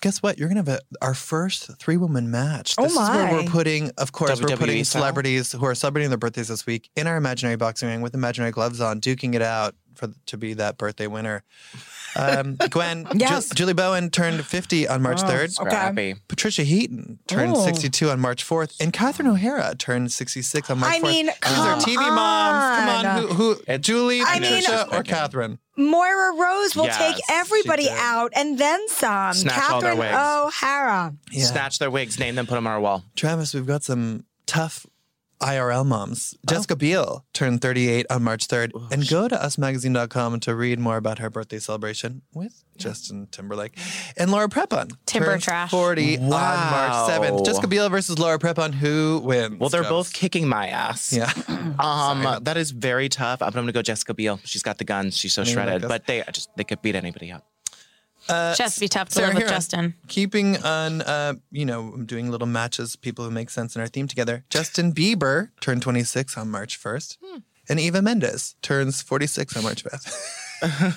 guess what? You're gonna have a, our first three woman match. Oh This is where we're my. E putting, of course, we're WWE putting style? celebrities who are celebrating their birthdays this week in our imaginary boxing ring with imaginary gloves on, duking it out for to be that birthday winner. [LAUGHS] Um, Gwen, Ju- Yes. Julie Bowen turned 50 on March 3rd. Scrappy. Patricia Heaton turned Oh. 62 on March 4th, and Catherine O'Hara turned 66 on March I 4th. mean, These come are TV moms. Come on. on, who? who It's- Julie, I mean- Patricia, or Okay. Catherine? Moira Rose will Yes, take everybody she did. out and then some. Snatch all their Catherine wigs. O'Hara. Yeah. Snatch their wigs, name them, put them on our wall. Travis, we've got some tough IRL moms. Oh. Jessica Biel turned 38 on March 3rd. and go to usmagazine.com to read more about her birthday celebration with Justin Timberlake. And Laura Prepon. Timber turns trash. 40 Wow. on March 7th. Jessica Biel versus Laura Prepon. Who wins? Well, they're Jess? both kicking my [CLEARS THROAT] ass. Yeah. Um, that is very tough. I'm going to go Jessica Biel. She's got the guns. She's so Maybe like shredded, this. but they just they could beat anybody up. Just be tough to Uh, Sarah live with Heron. Justin. Keeping on, uh, you know, doing little matches, people who make sense in our theme together. Justin Bieber turned 26 on March 1st. Hmm. And Eva Mendes turns 46 on March [LAUGHS] 5th.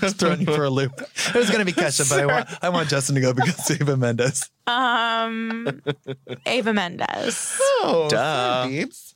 Just throwing you for a loop. It was going to be Kesha, but I want, I want Justin to go because [LAUGHS] Eva Mendes. [LAUGHS] Um, Ava Mendez. Oh, Duh.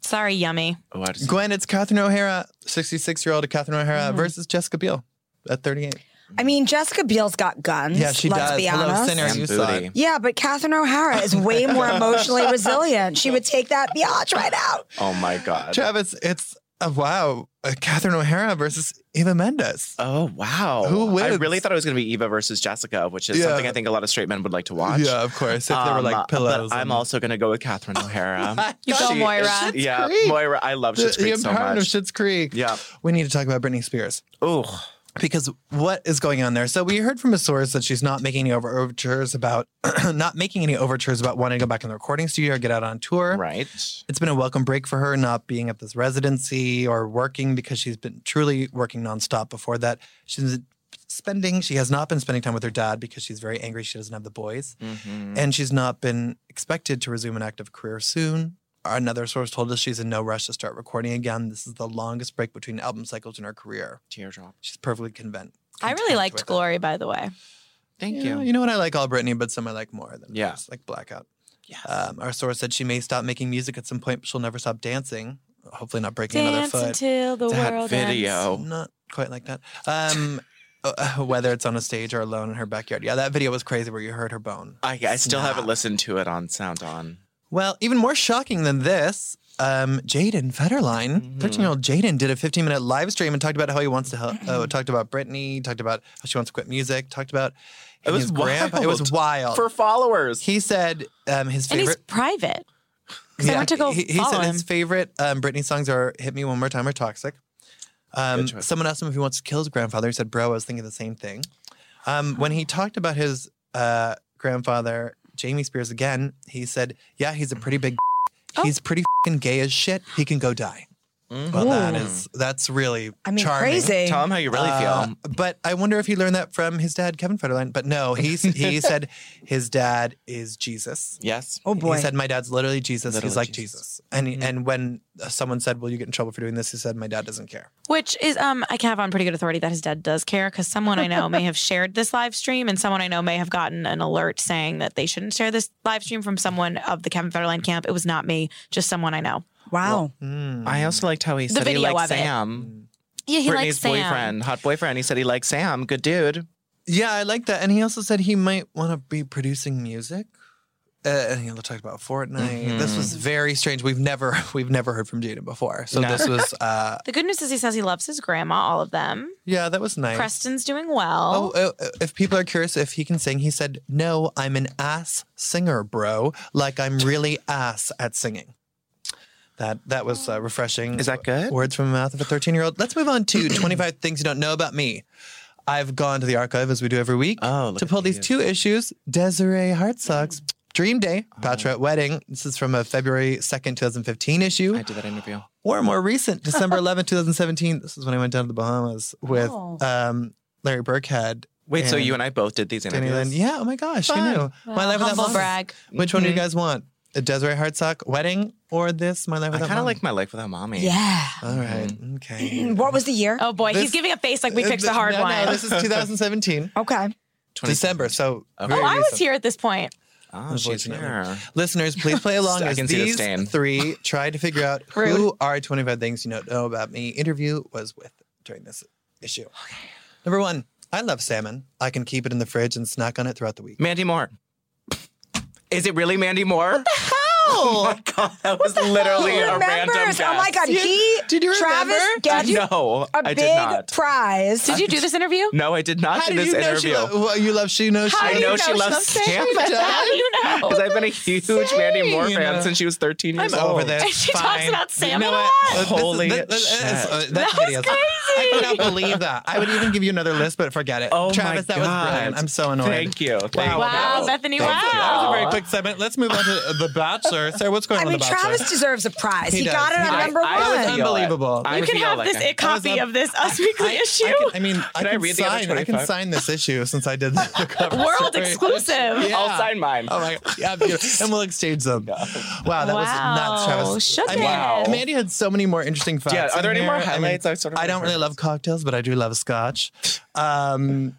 Sorry, yummy. Oh, I just, Gwen, it's Catherine O'Hara, 66 year old Catherine Hmm. O'Hara versus Jessica Biel at 38. I mean, Jessica Biel's got guns. Yeah, she let's does. Be Hello, honest. sinner. You And saw booty. it. Yeah, but Catherine O'Hara is [LAUGHS] way more emotionally resilient. She would take that biatch right out. oh my god. Travis, it's a wow. Uh, Catherine O'Hara versus Eva Mendes. Oh wow! Who I wins? really thought it was going to be Eva versus Jessica, which is Yeah. something I think a lot of straight men would like to watch. Yeah, of course. If they were Um, like pillows. But I'm and- also going to go with [LAUGHS] Catherine O'Hara. You go, Moira. yeah, Creek. Moira. I love the, Schitt's Creek the so empowerment of much. Schitt's Creek. Yeah. We need to talk about Britney Spears Oh, because what is going on there? So we heard from a source that she's not making any over- overtures about [CLEARS THROAT] not making any overtures about wanting to go back in the recording studio or get out on tour. right. It's been a welcome break for her not being at this residency or working because she's been truly working nonstop before that. She's spending she has not been spending time with her dad because she's very angry she doesn't have the boys. Mm-hmm. Mm-hmm. And she's not been expected to resume an active career soon. Another source told us she's in no rush to start recording again. This is the longest break between album cycles in her career. Teardrop. She's perfectly convinced. I really liked Glory, by the way. Thank Yeah, you. you know what I like all Britney, but some I like more than Yeah. others, like Blackout. Yes. Um, our source said she may stop making music at some point, but she'll never stop dancing. Hopefully, not breaking Dance another foot. until the that world video. Not quite like that. Um, [LAUGHS] uh, whether it's on a stage or alone in her backyard. Yeah, that video was crazy where you heard her bone. I, I still haven't Snap. listened to it on Sound On. Well, even more shocking than this, um, Jaden Mm-hmm. Federline, 13 year old Jaden, did a 15 minute live stream and talked about how he wants to help. Mm-hmm. Uh, talked about Britney, talked about how she wants to quit music, talked about It was his grandpa. It was wild. For followers. he said um, his And he's favorite. private. Because I Yeah, went to go He, he follow said him. his favorite um, Britney songs are "Hit Me One More Time" or "Toxic." Um, choice. someone asked him if he wants to kill his grandfather. He said, "Bro, I was thinking the same thing." Um, when Oh. he talked about his uh, grandfather, Jamie Spears, again, he said, "Yeah, he's a pretty big. Oh. He's pretty fing gay as shit. He can go die." Well, that is that's really I mean, charming. crazy. Tell him how you really Uh, feel. But I wonder if he learned that from his dad, Kevin Federline. But no, he s- [LAUGHS] he said his dad is Jesus. Yes. Oh boy. He said, "My dad's literally Jesus. Literally He's like Jesus. Jesus." And and when someone said, "Will you get in trouble for doing this?" he said, "My dad doesn't care." Which is, um, I can have on pretty good authority that his dad does care because someone I know [LAUGHS] may have shared this live stream, and someone I know may have gotten an alert saying that they shouldn't share this live stream from someone of the Kevin Federline camp. It was not me, just someone I know. wow. mm." I also liked how he said he video liked of it. Sam. Yeah, he Brittany's likes Sam. boyfriend, hot boyfriend. He said he liked Sam. Good dude. Yeah, I like that. And he also said he might want to be producing music. Uh, and he talked about Fortnite. This was very strange. We've never [LAUGHS] we've never heard from Jaden before. So No. this was uh, The good news is he says he loves his grandma, all of them. yeah, that was nice. Preston's doing well. Oh, uh, uh, if people are curious if he can sing, he said, "No, I'm an ass singer, bro. Like I'm really ass at singing." That that was uh, refreshing. Is that good? Words from the mouth of a 13-year-old. Let's move on [CLEARS THROAT] to 25 things you don't know about me. I've gone to the archive as we do every week Oh, look to at pull these two issues: Desiree Hartsock's Dream Day, Bachelorette Wedding. This is from a February 2nd, 2015 issue Oh. I did that interview. or more [LAUGHS] recent, December 11, 2017. This is when I went down to the Bahamas with Oh. um, Larry Burkhead. Wait, so And you and I both did these Danny interviews? Lynn. Yeah, oh my gosh, you knew. My Life Without humble Mom. brag. Oh, Which Mm-hmm. one do you guys want? A Desiree Hartsock wedding or this My Life I Without kind of Mom? like my Mm-hmm. life without mommy. Yeah. [CLEARS THROAT] All right, okay. What was the year? Oh boy, This- he's giving a face like [CLEARS THROAT] we picked the hard no, one. No, this [LAUGHS] is 2017, Okay. December. So oh, very I was recent. here at this point. Oh, she's Unfortunately. here. Listeners, please play along [LAUGHS] I as can see the these stain. three try to figure out who are 25 things you don't know about me. Interview was with during this issue. Number one, I love salmon. I can keep it in the fridge and snack on it throughout the week. [LAUGHS] Mandy Moore. Is it really Mandy Moore? No. God, that was literally He a random remembers. guess. Oh my God. You- he, did you Travis, remember? gave you no, a I big did not. prize. Uh, Did you do this interview? No, I did not How in do this you know interview. she lo- well, you love she knows she I do you know know she she loves loves Sam. Sam? [LAUGHS] How do you know? Oh, Because I've been a huge Mandy Moore fan Same. since she was 13 years I'm old. over this. She talks Fine. about salmon You know a what? lot. Look, this is- Holy that- that- shit. that's- uh, that's hideous. I cannot believe that. I would even give you another list, but forget it. Oh Travis, my that God. was brilliant. I'm so annoyed. Thank you. Thank Wow. you. Wow, Bethany, wow. That was a very quick segment. Let's move on to The Bachelor. Sarah, what's going I on mean, with The Bachelor? Travis deserves a prize. He He, does. got it He on does. number I one. was feel Unbelievable. I You can feel have like this I- it copy up- of this Us Weekly issue. I, can, I mean, I Can can I read the other sign. I can 25? sign this issue since I did the [LAUGHS] cover. World story. exclusive. I'll sign mine. Oh my god! Yeah, beautiful. and we'll exchange [LAUGHS] them. Wow, that Wow. was nuts, Travis. Shook I mean, it. Mandy had so many more interesting facts. Yeah, are there in any more here. I mean, highlights? I sort of don't really remember. love cocktails, but I do love scotch. Um,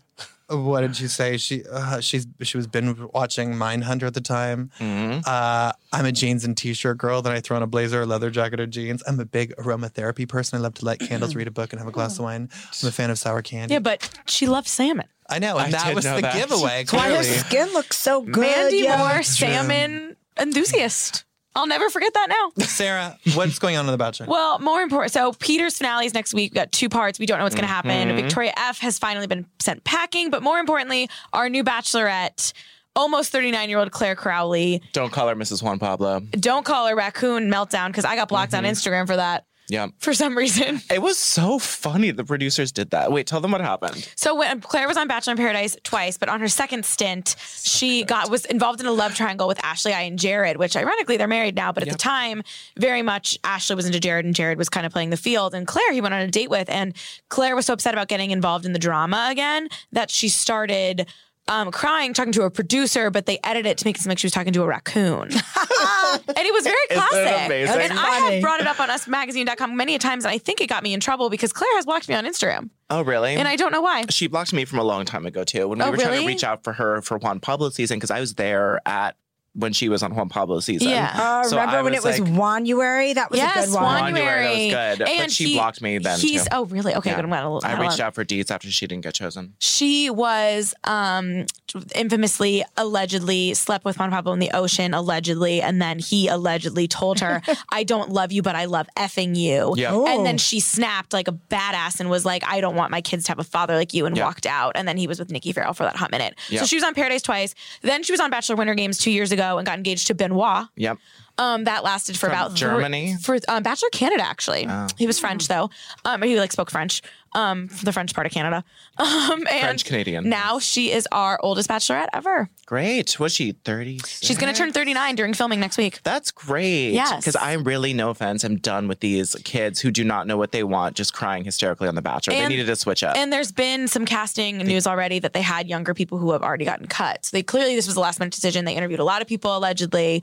what did you say? She uh, she's she was been watching Mindhunter at the time. Mm-hmm. Uh, I'm a jeans and t-shirt girl. Then I throw on a blazer, a leather jacket, or jeans. I'm a big aromatherapy person. I love to [CLEARS THROAT] light candles, read a book, and have a glass of wine. I'm a fan of sour candy. Yeah, but she loved salmon. I know, and I that did was know the that. giveaway. Why Clearly. her skin looks so good. Mandy yo. Moore, salmon enthusiast. I'll never forget that [LAUGHS] now. Sarah, what's going on in The Bachelor? Well, more important. So Peter's finale is next week. We've got two parts. We don't know what's going to happen. Mm-hmm. Victoria F has finally been sent packing, but more importantly, our new bachelorette, almost 39 year old Claire Crowley. Don't call her Mrs. Juan Pablo. Don't call her raccoon meltdown because I got blocked Mm-hmm. on Instagram for that Yeah. for some reason. It was so funny. The producers did that. Wait, tell them what happened. So when Claire was on Bachelor in Paradise twice, but on her second stint, she got was involved in a love triangle with Ashley I and Jared, which ironically they're married now, but at the time, very much Ashley was into Jared and Jared was kind of playing the field. And Claire he went on a date with, and Claire was so upset about getting involved in the drama again that she started um, crying, talking to a producer, but they edited it to make it seem like she was talking to a [LAUGHS] raccoon. and it was very Isn't it classic. amazing? And I have brought it up on usmagazine.com many a times, and I think it got me in trouble because Claire has blocked me on Instagram. Oh, really? And I don't know why. she blocked me from a long time ago too. When we Oh, were trying to really? reach out for her for Juan Pablo season, because I was there at when she was on Juan Pablo season. Yeah. Uh, So remember I when it was like, January? That was a good one. Juan- January, that was good, but And she he- blocked me then, He's too. oh really okay. Yeah. Good. I'm gonna, I reached out for deeds after she didn't get chosen. She was um, infamously, allegedly slept with Juan Pablo in the ocean, allegedly, and then he allegedly told [LAUGHS] her, "I don't love you, but I love effing you." Yeah. And Oh. then she snapped like a badass and was like, "I don't want my kids to have a father like you," and Yeah. walked out. And then he was with Nikki Farrell for that hot minute. Yeah. So she was on Paradise twice. Then she was on Bachelor Winter Games two years ago and got engaged to Benoit. Yep. Um, that lasted for about thr- Germany? Oh. for um, Bachelor Canada actually. He was French though. Um, he like spoke French. Um, from the French part of Canada. [LAUGHS] Um, and French Canadian. Now she is our oldest bachelorette ever. Great. Was she 30? She's gonna turn 39 during filming next week. That's great. Yes. Because I really, no offense, I'm done with these kids who do not know what they want, just crying hysterically on The Bachelor. And- they needed to switch up. And there's been some casting news already that they had younger people who have already gotten cut. So they clearly this was a last minute decision. They interviewed a lot of people allegedly.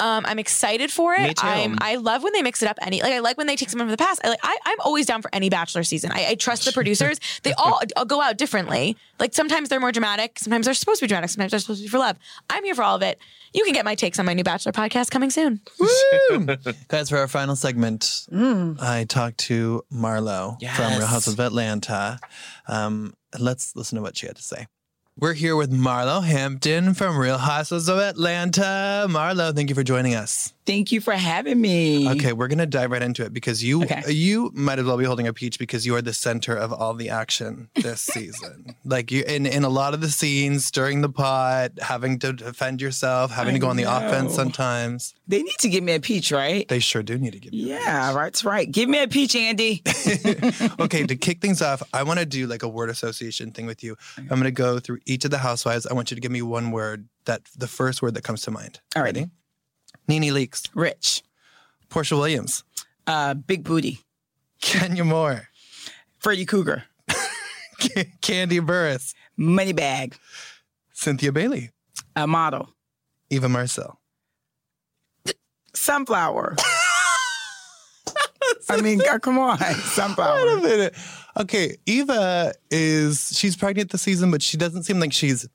Um, I'm excited for it. Me too. I'm, I love when they mix it up. Any like I like when they take someone from the past. I like I, I'm always down for any Bachelor season. I, I trust [LAUGHS] the producers. they all go out differently. Like sometimes they're more dramatic. Sometimes they're supposed to be dramatic. Sometimes they're supposed to be for love. I'm here for all of it. You can get my takes on my new Bachelor podcast coming soon. Guys, for our final segment, Mm. I talked to Marlo from Real Yes. House of Atlanta. Um, let's listen to what she had to say. We're here with Marlo Hampton from Real Houses of Atlanta. Marlo, thank you for joining us. Thank you for having me. Okay, we're gonna dive right into it because you Okay. you might as well be holding a peach because you are the center of all the action [LAUGHS] this season. Like you in in a lot of the scenes during the pot, having to defend yourself, having to go on the offense know. sometimes. They need to give me a peach, right? They sure do need to give you. Yeah, that's right. Give me a peach, [LAUGHS] Andy. okay, to kick things off, I want to do like a word association thing with you. I'm going to go through each of the housewives. I want you to give me one word that the first word that comes to mind. All righty. Ready? Nene Leakes, Rich, Portia Williams, [LAUGHS] uh, big booty, Kenya Moore, Freddy Cougar, Candy Burris, money bag, Cynthia Bailey, a model, Eva Marcel. [LAUGHS] sunflower. I mean, God, come [LAUGHS] on, Wait a sunflower. minute. Okay, Eva is she's pregnant this season, but she doesn't seem like she's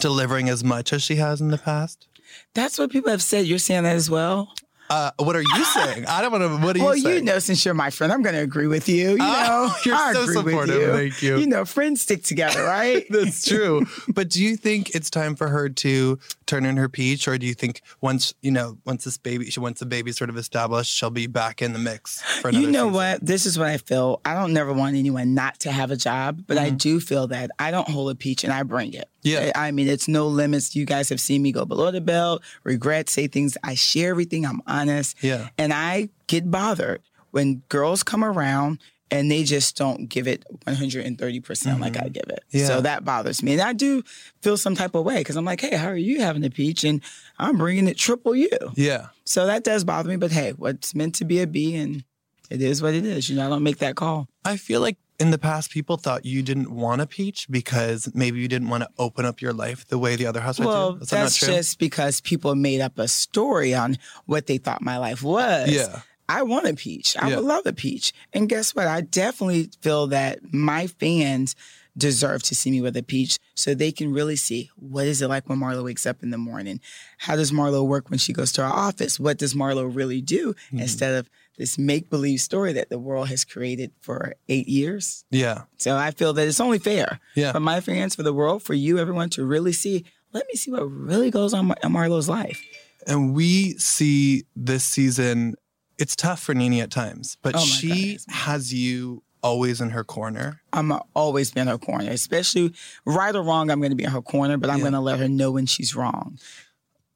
delivering as much as she has in the past. That's what people have said. You're saying that as well. Uh, what are you saying? I don't want to. What do you Well, say? you know, since you're my friend, I'm going to agree with you. You know, Oh, [LAUGHS] you're I so agree with supportive. Thank you. You know, friends stick together, [LAUGHS] right? That's true. but do you think it's time for her to turn in her peach, or do you think once you know, once this baby, she once the baby's sort of established, she'll be back in the mix for another? You know season? what? This is what I feel. I don't never want anyone not to have a job, but I do feel that I don't hold a peach and I bring it. Mm-hmm. Yeah. I I mean, it's no limits. You guys have seen me go below the belt, regret, say things. I share everything. I'm honest. Yeah. And I get bothered when girls come around and they just don't give it 130% percent like I give it. Mm-hmm. Yeah. So that bothers me. And I do feel some type of way because I'm like, hey, how are you having a peach? And I'm bringing it triple you. Yeah. So that does bother me, but hey, what's meant to be a B and it is what it is. You know, I don't make that call. I feel like in the past, people thought you didn't want a peach because maybe you didn't want to open up your life the way the other husband well, did. Is that that's not true? just because people made up a story on what they thought my life was. Yeah. I want a peach. I Yeah. would love a peach. And guess what? I definitely feel that my fans deserve to see me with a peach so they can really see what is it like when Marlo wakes up in the morning? How does Marlo work when she goes to our office? What does Marlo really do Mm-hmm. instead of this make-believe story that the world has created for 8 years? yeah. So I feel that it's only fair Yeah. for my fans, for the world, for you, everyone to really see. Let me see what really goes on in Marlo's life. And we see this season, it's tough for Nini at times, but Oh my she goodness. has you always in her corner. I'm always be in her corner, especially right or wrong. I'm going to be in her corner, but I'm Yeah. going to let her know when she's wrong.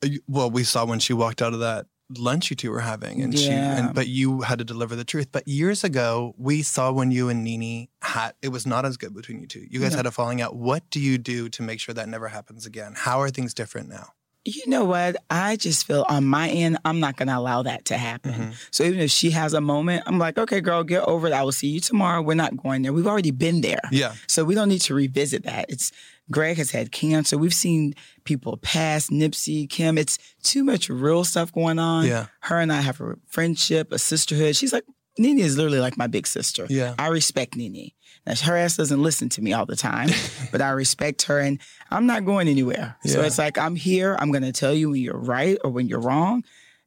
Uh, you- Well, we saw when she walked out of that lunch you two were having and she Yeah. and, but you had to deliver the truth but years ago we saw when you and nini had it was not as good between you two you guys Yeah. had a falling out what do you do to make sure that never happens again how are things different now You know what? I just feel on my end, I'm not going to allow that to happen. Mm-hmm. So even if she has a moment, I'm like, okay, girl, get over it. I will see you tomorrow. We're not going there. We've already been there. yeah So we don't need to revisit that. It's Greg has had cancer. We've seen people pass, Nipsey, Kim. It's too much real stuff going on. Yeah. Her and I have a friendship, a sisterhood. She's like, Nene is literally like my big sister. Yeah. I respect Nene. Now, her ass doesn't listen to me all the [LAUGHS] time, but I respect her and I'm not going anywhere. So Yeah. it's like, I'm here. I'm going to tell you when you're right or when you're wrong.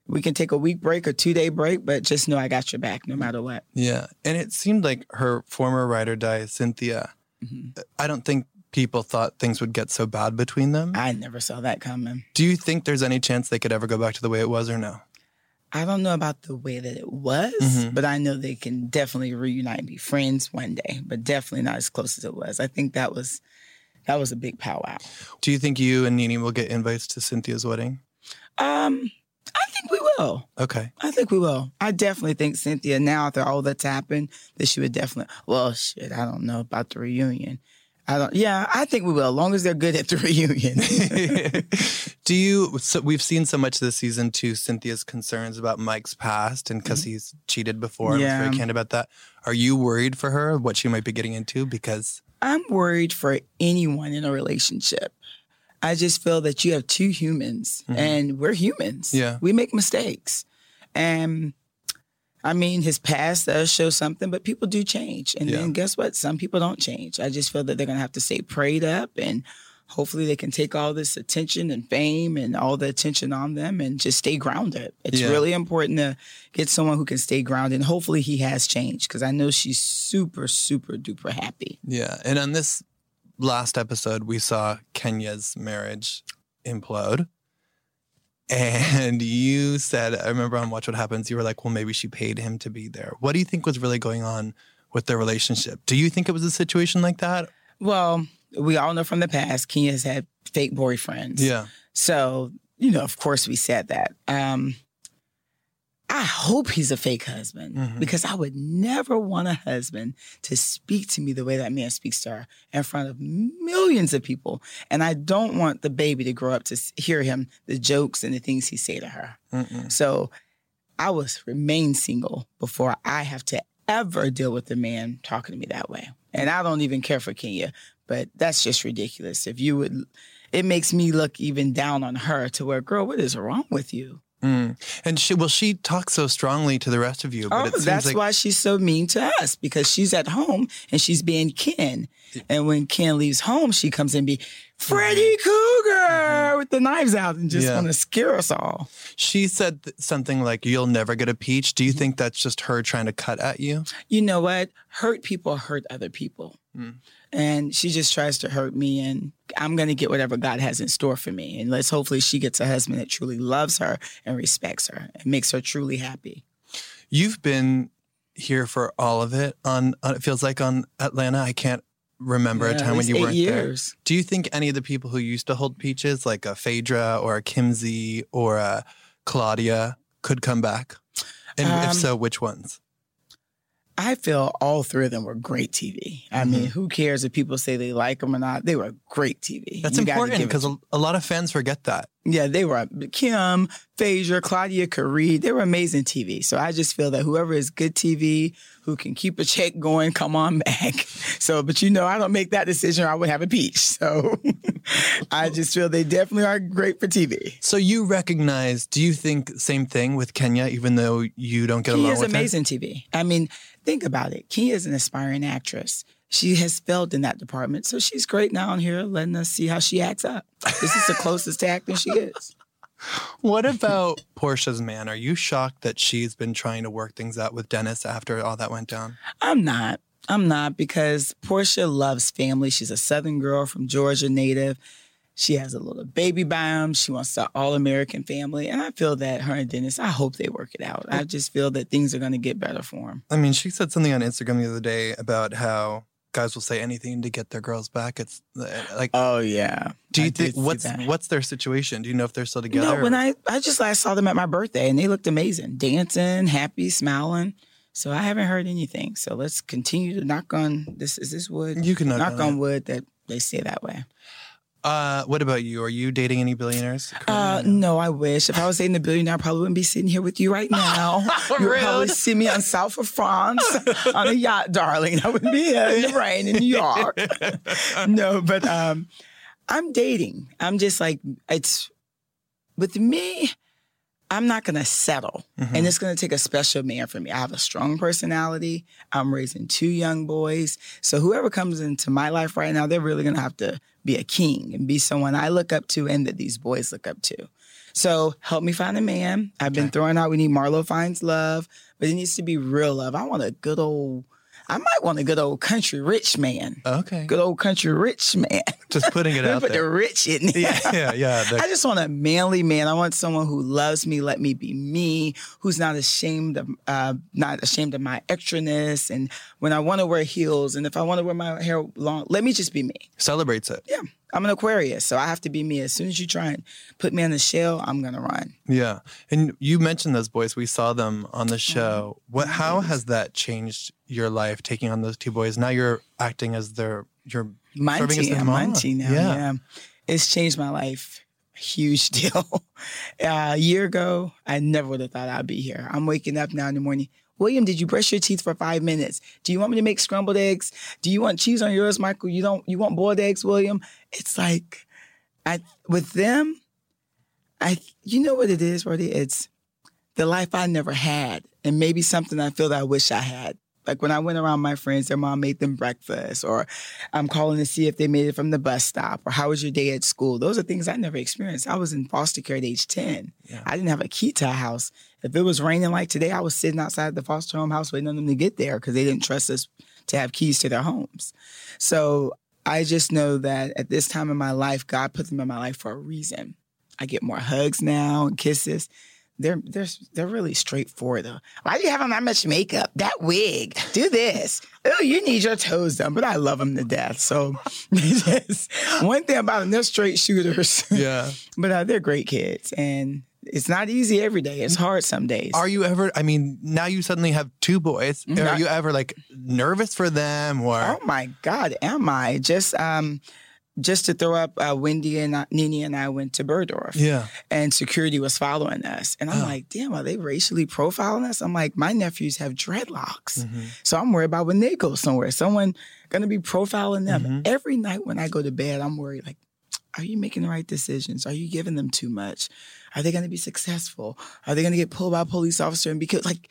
We can take a week break or two day break, but just know I got your back no matter what. Yeah. And it seemed like her former ride or die, Cynthia, I don't think people thought things would get so bad between them. I never saw that coming. Do you think there's any chance they could ever go back to the way it was or no? I don't know about the way that it was, but I know they can definitely reunite and be friends one day, but definitely not as close as it was. I think that was that was a big powwow. Do you think you and Nini will get invites to Cynthia's wedding? Um, I think we will. Okay. I think we will. I definitely think Cynthia now after all that's happened, that she would definitely well shit, I don't know about the reunion. I don't yeah, I think we will, as long as they're good at the [LAUGHS] reunion. [LAUGHS] Do you? So we've seen so much this season to Cynthia's concerns about Mike's past and because he's cheated before and was Yeah. very candid about that. Are you worried for her, what she might be getting into? Because, I'm worried for anyone in a relationship. I just feel that you have two humans and we're humans. Mm-hmm. Yeah. We make mistakes. And I mean, his past does show something, but people do change. And Yeah. then guess what? Some people don't change. I just feel that they're going to have to stay prayed up and hopefully they can take all this attention and fame and all the attention on them and just stay grounded. It's Yeah. really important to get someone who can stay grounded. And hopefully he has changed because I know she's super, super duper happy. yeah. And on this last episode, we saw Kenya's marriage implode. And you said, I remember on Watch What Happens, you were like, well, maybe she paid him to be there. What do you think was really going on with their relationship? Do you think it was a situation like that? Well, we all know from the past, Kenya's had fake boyfriends. Yeah. So, you know, of course we said that. Um, I hope he's a fake husband Mhm. because I would never want a husband to speak to me the way that man speaks to her in front of millions of people. And I don't want the baby to grow up to s- hear him, the jokes and the things he say to her. Mm-mm. So I was remain single before I have to ever deal with a man talking to me that way. And I don't even care for Kenya, but that's just ridiculous. If you would, it makes me look even down on her to where, girl, what is wrong with you? Mm. And she, well, she talks so strongly to the rest of you, but Oh, it seems that's like, why she's so mean to us because she's at home Mm-hmm. and she's being Ken. And when Ken leaves home, she comes and be Freddy Cougar. "Arr," with the knives out and just Yeah. want to scare us all. She said th- something like, You'll never get a peach. Mm-hmm. Do you think that's just her trying to cut at you? You know what? Hurt people hurt other people. Mm. And she just tries to hurt me, and I'm going to get whatever God has in store for me. And let's hopefully she gets a husband that truly loves her and respects her and makes her truly happy. You've been here for all of it on, on it feels like on Atlanta. I can't remember Yeah, a at time when least you eight weren't there. years. Do you think any of the people who used to hold peaches, like a Phaedra or a Kimsey or a Claudia, could come back? And if Um, so, which ones? I feel all three of them were great TV. I mean, Mm-hmm. who cares if people say they like them or not? They were great TV. That's You gotta important give it because a, a lot of fans forget that. Yeah, they were Kim, Phaedra, Claudia, Kareed. They were amazing TV. So I just feel that whoever is good TV, who can keep a check going, come on back. [LAUGHS] So, but you know, I don't make that decision or I would have a peach. So [LAUGHS] I just feel they definitely are great for TV. So you recognize? Do you think same thing with Kenya, even though you don't get Key along is with her? amazing TV. I mean, think about it. Key is an aspiring actress. She has failed in that department. So she's great now on here, letting us see how she acts up. This is the closest to acting she is. [LAUGHS] What about Portia's man? Are you shocked that she's been trying to work things out with Dennis after all that went down? I'm not. I'm not because Portia loves family. She's a Southern girl from Georgia native. She has a little baby biome. She wants an all American family. And I feel that her and Dennis, I hope they work it out. I just feel that things are going to get better for him. I mean, she said something on Instagram the other day about how guys will say anything to get their girls back. It's uh, like, Oh, yeah. do you I did think see what's that. what's their situation? Do you know if they're still together? No, when or- I, I just last saw them at my birthday and they looked amazing, dancing, happy, smiling. So I haven't heard anything. So let's continue to knock on this. Is this wood? you can knock, knock on. on it. wood that they say that way. Uh, what about you? Are you dating any billionaires? Uh, currently? no, I wish. If I was dating a billionaire, I probably wouldn't be sitting here with you right now. you would probably Rude. see me on South of France on a yacht, darling. I would be here in the rain in New York. no, but um, I'm dating. I'm just like, it's with me, I'm not going to settle. Mhm. And it's going to take a special man for me. I have a strong personality. I'm raising two young boys. So whoever comes into my life right now, they're really going to have to be a king and be someone I look up to and that these boys look up to. So help me find a man. I've been Okay. throwing out, we need Marlo Finds Love, but it needs to be real love. I want a good old, I might want a good old country rich man. Okay, Good old country rich man. [LAUGHS] just putting it out Put the there. rich in there. Yeah, [LAUGHS] yeah, yeah. the- I just want a manly man. I want someone who loves me, let me be me, who's not ashamed of uh, not ashamed of my extraness. And when I want to wear heels, and if I want to wear my hair long, let me just be me. celebrates it. Yeah, I'm an Aquarius, so I have to be me. As soon as you try and put me on the shell, I'm gonna run. Yeah. And you mentioned those boys. We saw them on the show. What how has that changed your life taking on those two boys? Now you're acting as their your My Serving as team, their I'm mom. my team now. Yeah. Yeah. it's changed my life. Huge [LAUGHS] deal. Uh, a year ago, I never would have thought I'd be here. I'm waking up now in the morning. William, did you brush your teeth for five minutes? Do you want me to make scrambled eggs? Do you want cheese on yours, Michael? You don't. You want boiled eggs, William? It's like, I with them, I you know what it is, Roddy? It's the life I never had, and maybe something I feel that I wish I had. Like when I went around my friends, their mom made them breakfast, or I'm calling to see if they made it from the bus stop, or how was your day at school? Those are things I never experienced. I was in foster care at age 10. Yeah. I didn't have a key to a house. If it was raining like today, I was sitting outside the foster home house waiting on them to get there because they didn't trust us to have keys to their homes. So I just know that at this time in my life, God put them in my life for a reason. I get more hugs now and kisses they're they're they're really straightforward though. Why do you have on that much makeup? That wig. Do this. Oh, you need your toes done. But I love them to death. So [LAUGHS] yes. one thing about them, they're straight shooters. Yeah. but uh, they're great kids, and it's not easy every day. It's hard some days. Mm-hmm. Are you ever I mean, now you suddenly have two boys. Are Mhm. you ever like nervous for them or Oh my God, am I just um just to throw up? Uh, Wendy and I, Nini and I went to Burdorf. Yeah. and security was following us. And I'm Oh. like, damn, are they racially profiling us? I'm like, my nephews have dreadlocks. Mhm. So I'm worried about when they go somewhere, someone gonna be profiling them. Mhm. Every night when I go to bed, I'm worried like, are you making the right decisions? Are you giving them too much? Are they gonna be successful? Are they gonna get pulled by a police officer and because like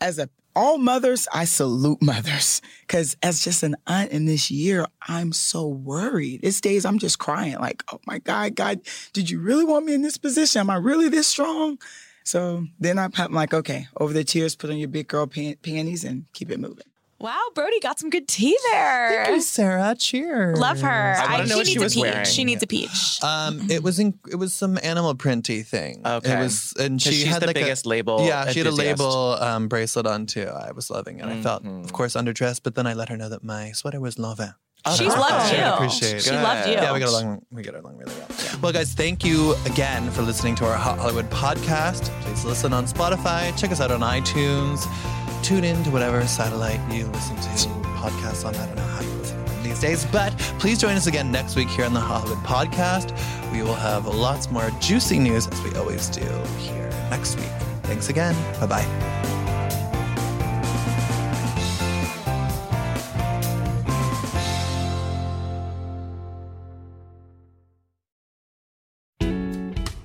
as a all mothers, I salute [LAUGHS] mothers because as just an aunt in this year, I'm so worried. These days, I'm just crying like, oh my God, God, did you really want me in this position? Am I really this strong? So then I, I'm like, okay, over the tears, put on your big girl pan- panties and keep it moving. Wow, Brody got some good tea there. Thank you, Sarah. Cheers. Love her. I wanna know she what she needs was a peach. wearing. She needs a peach. Um, it was in, it was some animal printy thing. Okay. it was, and 'Cause she she's had the like biggest a, label Yeah, she had a enthusiast. Mm-hmm. label um, bracelet on too. I was loving it. I felt, of course, underdressed, but then I let her know that my sweater was lava. She Oh, that's loved awesome. you. I appreciate She it. loved you. Yeah, we got along. We get along really well. Well, guys, thank you again for listening to our Hot Hollywood podcast. Please listen on Spotify. Check us out on iTunes. Tune in to whatever satellite you listen to podcasts on. I don't know how you listen to them these days, but please join us again next week here on the Hot Hollywood podcast. We will have lots more juicy news as we always do here next week. Thanks again. Bye bye.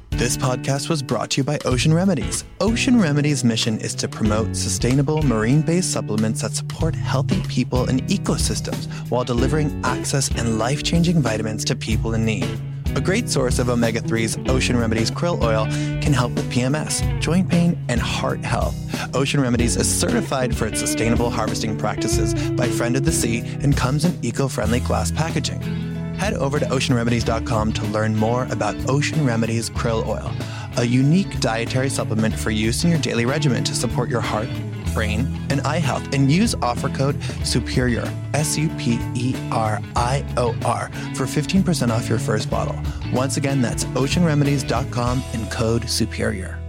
This podcast was brought to you by Ocean Remedies. Ocean Remedies' mission is to promote sustainable marine based supplements that support healthy people and ecosystems while delivering access and life changing vitamins to people in need. A great source of omega 3s, Ocean Remedies krill oil can help with PMS, joint pain, and heart health. Ocean Remedies is certified for its sustainable harvesting practices by Friend of the Sea and comes in eco friendly glass packaging. Head over to oceanremedies.com to learn more about Ocean Remedies krill oil, a unique dietary supplement for use in your daily regimen to support your heart, brain, and eye health. And use offer code SUPERIOR, S U P E R I O R, for 15% off your first bottle. Once again, that's oceanremedies.com and code SUPERIOR.